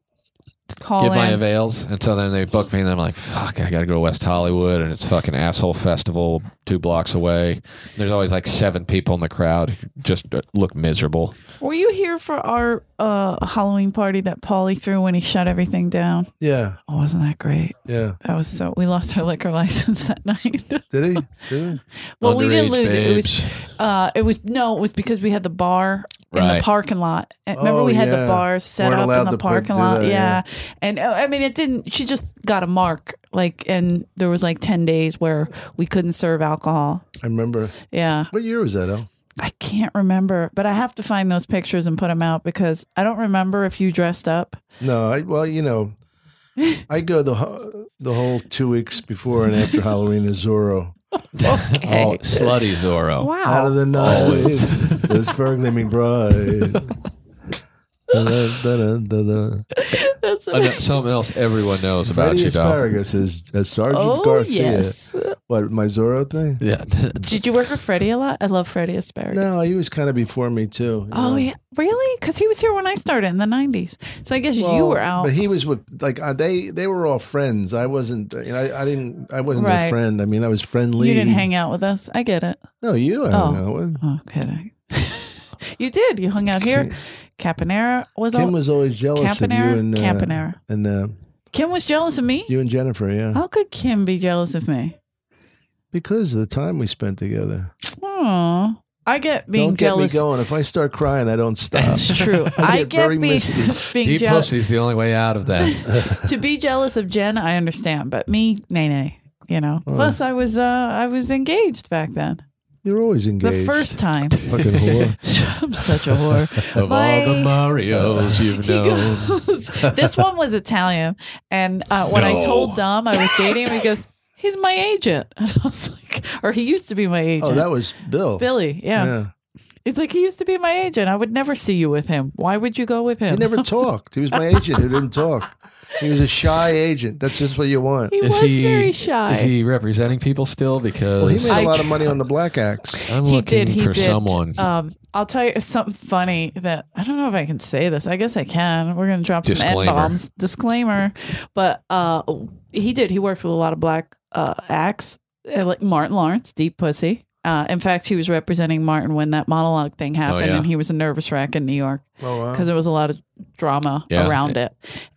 Call give my in. avails, and so then they book me, and I'm like, "Fuck, I got to go to West Hollywood, and it's fucking asshole festival two blocks away." There's always like seven people in the crowd who just uh, look miserable. Were you here for our uh, Halloween party that Paulie threw when he shut everything down? Yeah, Oh, wasn't that great? yeah. That was so. We lost our liquor license that night. Did he? Did well, we Underage didn't lose it. It was. babes. Uh, it was no. It was because we had the bar in the Right. parking lot. And remember, Oh, we had the yeah. bar set Weren't up allowed in the to put- parking do lot. that, yeah. yeah. and uh, I mean, it didn't. She just got a mark. Like, and there was like ten days where we couldn't serve alcohol. I? I remember. Yeah, What year was that, El? I can't remember, but I have to find those pictures and put them out because I don't remember if you dressed up. No, I, well, you know, I go the ho- the whole two weeks before and after Halloween to Zorro. Oh, slutty Zorro. Out of the night, Always. this Fergie me bride. Da-da-da-da-da-da. That's Uh, no, something else everyone knows about Freddie you, dog. Asparagus is as Sergeant Oh Garcia. yes. What my Zorro thing? Yeah, Did you work with Freddie a lot? I love Freddie Asparagus. No, he was kind of before me too. you Oh know. yeah, really? Because he was here when I started in the '90s. So I guess you Well, were out. but he was with like uh, they they were all friends. I wasn't. uh, You know, I, I didn't. I wasn't Right. their friend. I mean, I was friendly. you didn't hang out with us. I get it. No, you. I Oh. don't know. Oh, kidding. you did. You hung out here. Kim- Campanera was Kim all. was always jealous of Campanera? you and uh, Campanera. and uh, Kim was jealous of me. you and Jennifer. Yeah, How could Kim be jealous of me? because of the time we spent together. Oh, I get being don't get jealous. me going. If I start crying, I don't stop. It's true. I I get get very being, misty. being deep jealous. pussy's the only way out of that. to be jealous of Jen, I understand, but me, nay, nay. You know. Plus, I was uh, I was engaged back then. You're always engaged. The first time. fucking whore. I'm such a whore. of all the My- Mario's you've He known. goes- this one was Italian, and uh, when I told Dom I was dating him, he goes, "He's my agent," and I was like, "Or he used to be my agent." Oh, that was Bill. Billy. Yeah. Yeah. it's like he used to be my agent. I would never see you with him. Why would you go with him? He never talked. He was my agent who didn't talk. He was a shy agent. That's just what you want. He was very shy. Is he representing people still? Because Well, he made I a lot of money on the Black Axe. I'm He looking did. He for did. someone. Oh, Um, I'll tell you something funny that I don't know if I can say this. I guess I can. We're gonna drop some Disclaimer. n bombs. Disclaimer. But uh, he did. He worked with a lot of black uh, acts, uh, like Martin Lawrence, Deep Pussy. Uh, in fact, he was representing Martin when that monologue thing happened, yeah. and he was a nervous wreck in New York Oh, wow. because there was a lot of drama Yeah. around it.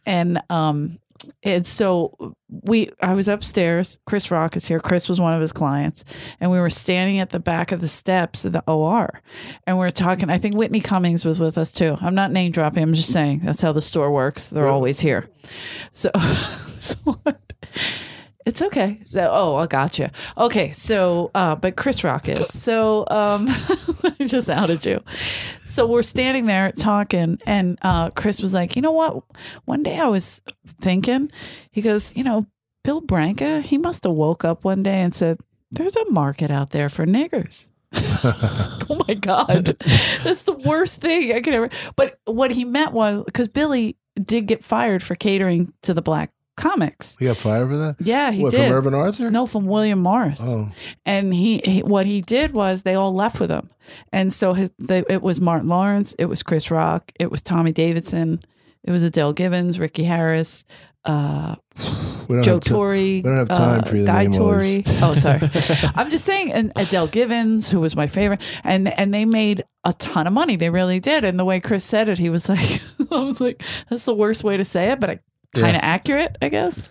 And um and so we I was upstairs, Chris Rock is here. Chris was one of his clients, and we were standing at the back of the steps of the OR and we are talking. I think Whitney Cummings was with us too. I'm not name dropping, I'm just saying that's how the store works. They're always here. So, so it's okay. So- Oh, I gotcha. Okay, so uh, but Chris Rock is so um, I just outed you. So we're standing there talking, and uh, Chris was like, "You know what? One day I was thinking." He goes, "You know, Bill Branca. He must have woke up one day and said." There's a market out there for niggers. oh my god that's the worst thing i could ever but what he meant was because billy did get fired for catering to the black comics He got fired for that? yeah he what, did from Urban Arthur? no from william morris Oh, and he, he what he did was they all left with him and so his they, it was martin lawrence it was chris rock it was tommy davidson it was adele gibbons ricky harris uh we don't Joe have to- Torre. We don't have time for your Guy name, Torre. Oh, sorry. I'm just saying, and Adele Givens, who was my favorite, and and they made a ton of money. They really did. And the way Chris said it, he was like, I was like, that's the worst way to say it, but it kind of accurate, I guess.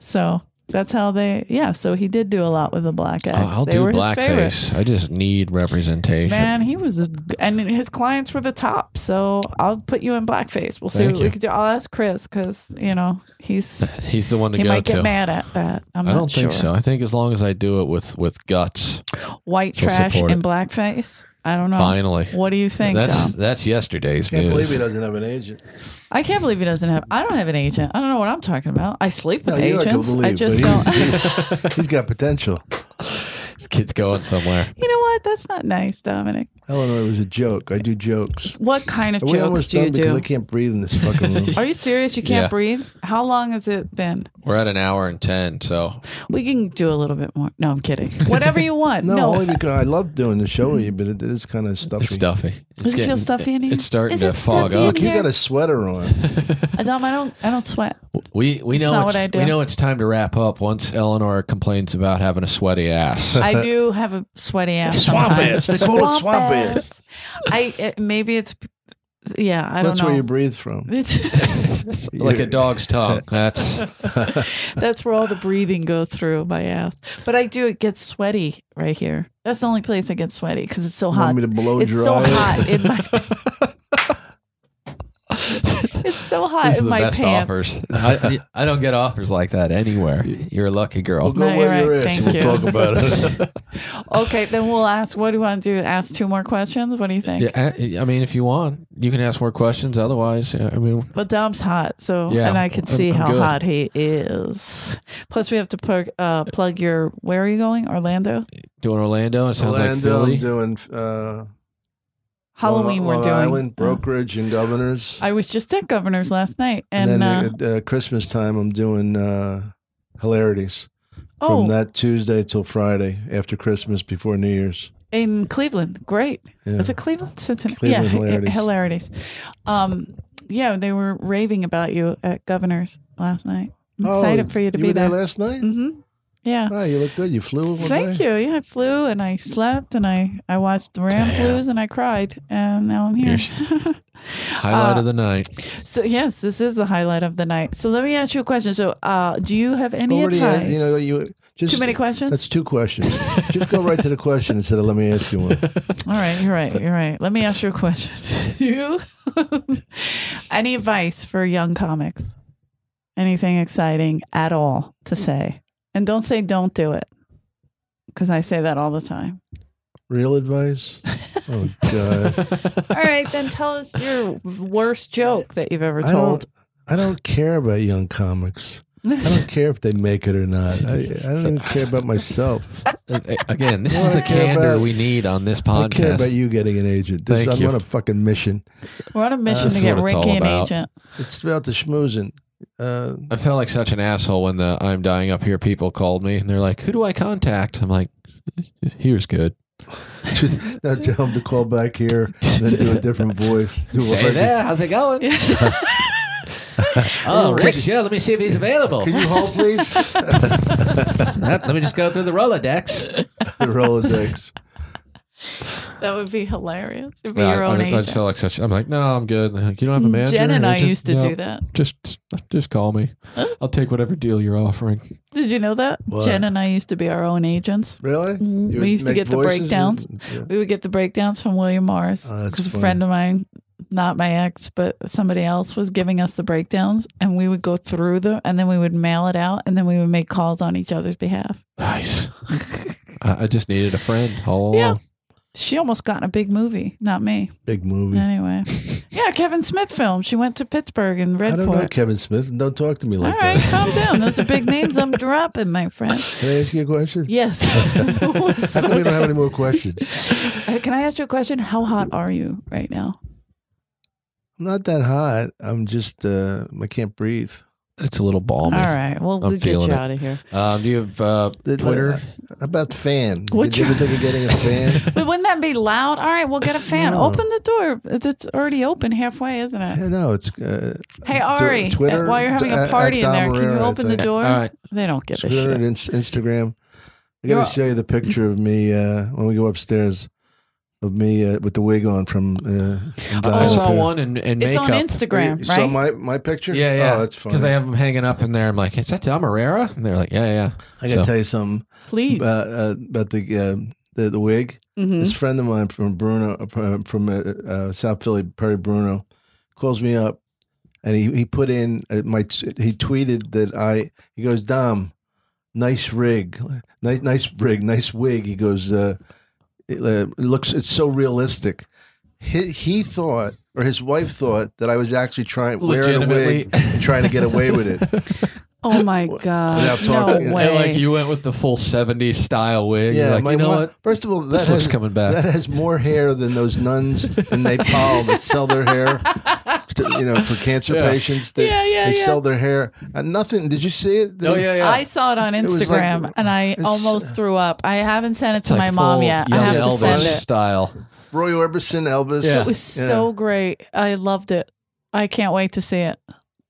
So that's how they. Yeah. So he did do a lot with the black acts. Oh, I'll they do were his favorite. blackface. I just need representation. Man, he was, and his clients were the top. So I'll put you in blackface. We'll see Thank what we you. can do. I'll ask Chris because you know he's He's the one to he go might to. get mad at that. I'm I not don't sure. think so. I think as long as I do it with with guts, White He'll trash support and it. blackface. I don't know. finally. What do you think, that's Dom? that's yesterday's Can't news. believe he doesn't have an agent. I can't believe he doesn't have. I don't have an agent. I don't know what I'm talking about. I sleep with No, you like to agents. believe, I just but don't. he- he- he's got potential. This kid's going somewhere. you know what? That's not nice, Dominic. Eleanor was a joke. I do jokes. What kind of Are we jokes almost do done you because do? I can't breathe in this fucking room. Are you serious? You can't Yeah. breathe. How long has it been? We're at an hour and ten, so We can do a little bit more. No, I'm kidding. Whatever you want. no, no, only because I love doing the show with you, but it is kind of stuffy. it's stuffy. It's does it feel stuffy in here? It's starting Is to it fog stuffy in up. Look, you here? got a sweater on. Uh, Dom, I don't. I don't sweat. We we It's know not it's, what I do. we know it's time to wrap up once Eleanor complains about having a sweaty ass. I do have a sweaty ass. Swamp sometimes. ass. They call it swamp ass. I it, maybe it's. Yeah, I That's don't know. where you breathe from. It's- like a dog's tongue. That's That's where all the breathing goes through my ass. But I do, it gets sweaty right here. That's the only place it gets sweaty because it's so You hot. want me to blow it's dry? so it? hot in my. it's so hot these are in the my best pants. offers. I I don't get offers like that anywhere. You're a lucky We'll girl. go No, you're where your right. ass. Thank we'll you. talk about it. Okay, then we'll ask. What do you want to do? Ask two more questions. What do you think? Yeah, I, I mean, if you want, you can ask more questions. Otherwise, I mean, But Dom's hot, so Yeah, and I can I'm- see I'm how good. hot he is. Plus, we have to plug uh, plug your. Where are you going? Orlando. doing Orlando. It sounds like Orlando, Philly. I'm doing uh, Halloween. Long, we're Long doing Island Uh, brokerage and governors. I was just at Governor's last night, and, and, uh, then at uh, Christmas time, I'm doing uh, hilarities oh, from that Tuesday till Friday after Christmas before New Year's. in Cleveland, great. Yeah. Is it Cleveland? Cincinnati. Cleveland yeah, Hilarities. hilarities. hilarities. Um, yeah, they were raving about you at Governor's last night. I'm Oh, excited for you to you be were there. there. last night. mm-hmm. Yeah. Oh, you look good. You flew. One Thank you. Yeah, I flew and I slept and I I watched the Rams lose and I cried and now I'm here. Highlight of Uh, the night. so yes, this is the highlight of the night. So let me ask you a question. So uh, do you have any Already, advice? uh, you know, you just Too many questions. That's two questions. just go right to the question instead of let me ask you one. All right, you're right. You're right. Let me ask you a question. you any advice for young comics? Anything exciting at all to say? And don't say don't do it. Cuz I say that all the time. Real advice? Oh God! All right, then tell us your worst joke that you've ever I told. don't. I don't care about young comics. I don't care if they make it or not. I, I don't even care about myself. Uh, Again, this Well, is I the care candor about- we need on this I don't care about podcast. you getting an agent. This, Thank I'm you. on a fucking mission. We're on a mission This to is get what it's all Ricky an about. agent. It's about the schmoozing. Uh, I felt like such an asshole when the I'm dying up here people called me and they're like, "Who do I contact?" I'm like, "Here's good." now tell him to call back here and then do a different voice. Do a Hey like- there, how's it going? oh, Rich, yeah, let me see if he's available. Can you hold, please? the Let let me just go through the Rolodex. Rolodex. That would be hilarious. It'd be Yeah, your I, own I, I just agent. felt like such. I'm like, no, I'm good. They're Like, you don't have Mm, a manager. Jen and I agent?" used to "No, do that. Just, just call me. I'll take whatever deal you're offering. Did you know that? What? Jen and I used to be our own agents. Really? Mm-hmm. Mhm. You We used to make get the voices and- breakdowns. yeah. We would get the breakdowns from William Morris Oh, that's because a funny. friend of mine, not my ex, but somebody else, was giving us the breakdowns, and we would go through them, and then we would mail it out, and then we would make calls on each other's behalf. Nice. I, I just needed a friend all along. She almost got in a big movie, not me. Big movie. Anyway, yeah, Kevin Smith film. She went to Pittsburgh and read I don't for know it. Kevin Smith. Don't talk to me All like right, that. calm down. Those are big names I'm dropping, my friend. Can I ask you a question? Yes. How come we So- don't have any more questions? Uh, Can I ask you a question? How hot are you right now? I'm not that hot. I'm just uh, I can't breathe. It's a little balmy. All right. Well, I'm we'll get feeling you it. out of here. Um, do you have uh, Did- Twitter? uh, about fan. What Did you ever think of getting a fan? But wouldn't that be loud? All right, we'll get a fan. No. Open the door. It's, it's already open halfway, isn't it? Yeah, no, it's uh, Hey, Ari, Twitter, while you're having at- a at party in Dom there, can you Herrera, I open the think. door? All right. They don't give a Twitter and shit. ins- Instagram. I got You're- to show you the picture of me uh, when we go upstairs of me uh, with the wig on from. Uh, from Oh. Dom I saw Perignon. one in, in It's makeup. on Instagram, You right? saw my, my picture? Yeah, yeah. Oh, that's funny. Because I have them hanging up in there. I'm like, is that Tom Herrera? And they're like, yeah, yeah. I got to So- tell you something Please. about, uh, about the, uh, the the wig. Mhm. Mm-hmm. This friend of mine from Bruno, uh, from uh, uh, South Philly, Perry Bruno, calls me up, and he he put in uh, my t- he tweeted that I he goes Dom, nice rig, nice nice rig, nice wig. He goes, uh, it, uh, it looks it's so realistic. He he thought or his wife thought that I was actually trying wearing a wig Legitimately. and trying to get away with it. Oh my God. talking- No And like way. you went with the full 70s style wig. You're like, my you know mo- what? First of all, that This has, looks coming back. That has more hair than those nuns in Nepal that sell their hair, to- you know, for cancer patients. They, Yeah, yeah, They yeah. sell their hair. And nothing. Did you see it? Oh, yeah, yeah. I saw it on was like- Instagram and I it's- almost threw up. I haven't sent uh, it It's to like my mom full yet. I young have to Elvis send it. style. Roy Orbison, Elvis. Yeah. It was so great. I loved it. I can't wait to see it.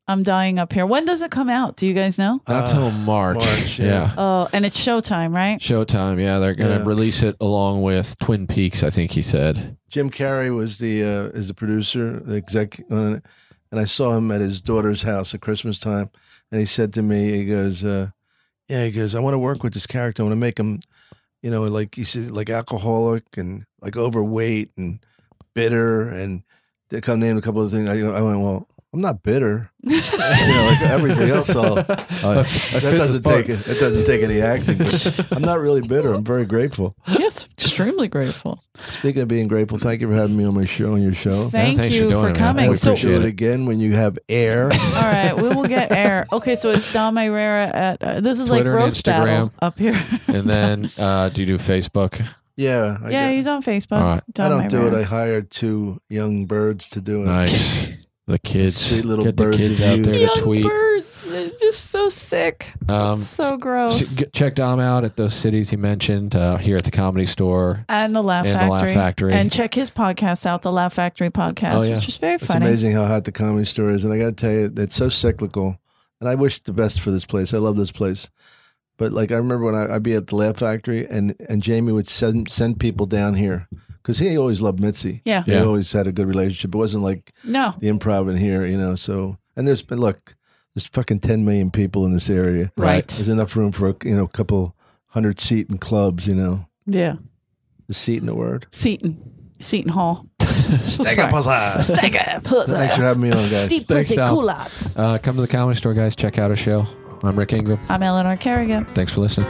I'm dying up here. When does it come out? Do you guys know? Not Uh, till March. March, yeah. yeah. Oh, and it's Showtime, right? Showtime. Yeah, they're going to Yeah. release it along with Twin Peaks, I think he said. Jim Carrey was the uh, is the producer, the exec on it, and I saw him at his daughter's house at Christmas time, and he said to me, he goes, uh, "Yeah, he goes, I want to work with this character. I want to make him, you know, like he said, like alcoholic and like overweight and bitter and they come name a couple of things. I, you know, I went, well, I'm not bitter, you know, like everything else. I'll, I- that doesn't take it. That doesn't take any acting. but I'm not really bitter. I'm very grateful. yes, extremely grateful. Speaking of being grateful, thank you for having me on my show on your show. Thank thanks for you doing for it, man. coming. We So, do appreciate it it. again when you have air. all right, we will get air. Okay, so it's Dom Herrera at uh, this is Twitter like and roast battle Instagram. up here. And then, uh, do you do Facebook? yeah. I yeah, get- he's on Facebook. All right. I don't Dom do it. Irera. I hired two young birds to do it. Nice. The kids. Sweet little Get birds the kids of out you. there to Young tweet. birds, it's just so sick, Um, so s- gross. g- check Dom out at those cities he mentioned uh, here at the comedy store. and the Laugh and the Factory. Laugh Factory. And check his podcast out, the Laugh Factory podcast, Oh, yeah. which is very It's funny. amazing how hot the comedy store is, and I got to tell you, it's so cyclical. And I wish the best for this place. I love this place. But like I remember when I, I'd be at the Laugh Factory, and and Jamie would send send people down here because he always loved Mitzi. Yeah. They Yeah. always had a good relationship. It wasn't like No, the improv in here, you know. So and there's been look, there's fucking ten million people in this area. Right. There's enough room for a, you know a couple hundred seat in clubs. You know, yeah. the seat in the word. Seton, Seton Hall. Thank you, Pazza. Thanks for having me on, guys. Thanks, Dom. Uh, come to the comedy store, guys. Check out our show. I'm Rick Ingram. I'm Eleanor Kerrigan. Thanks for listening.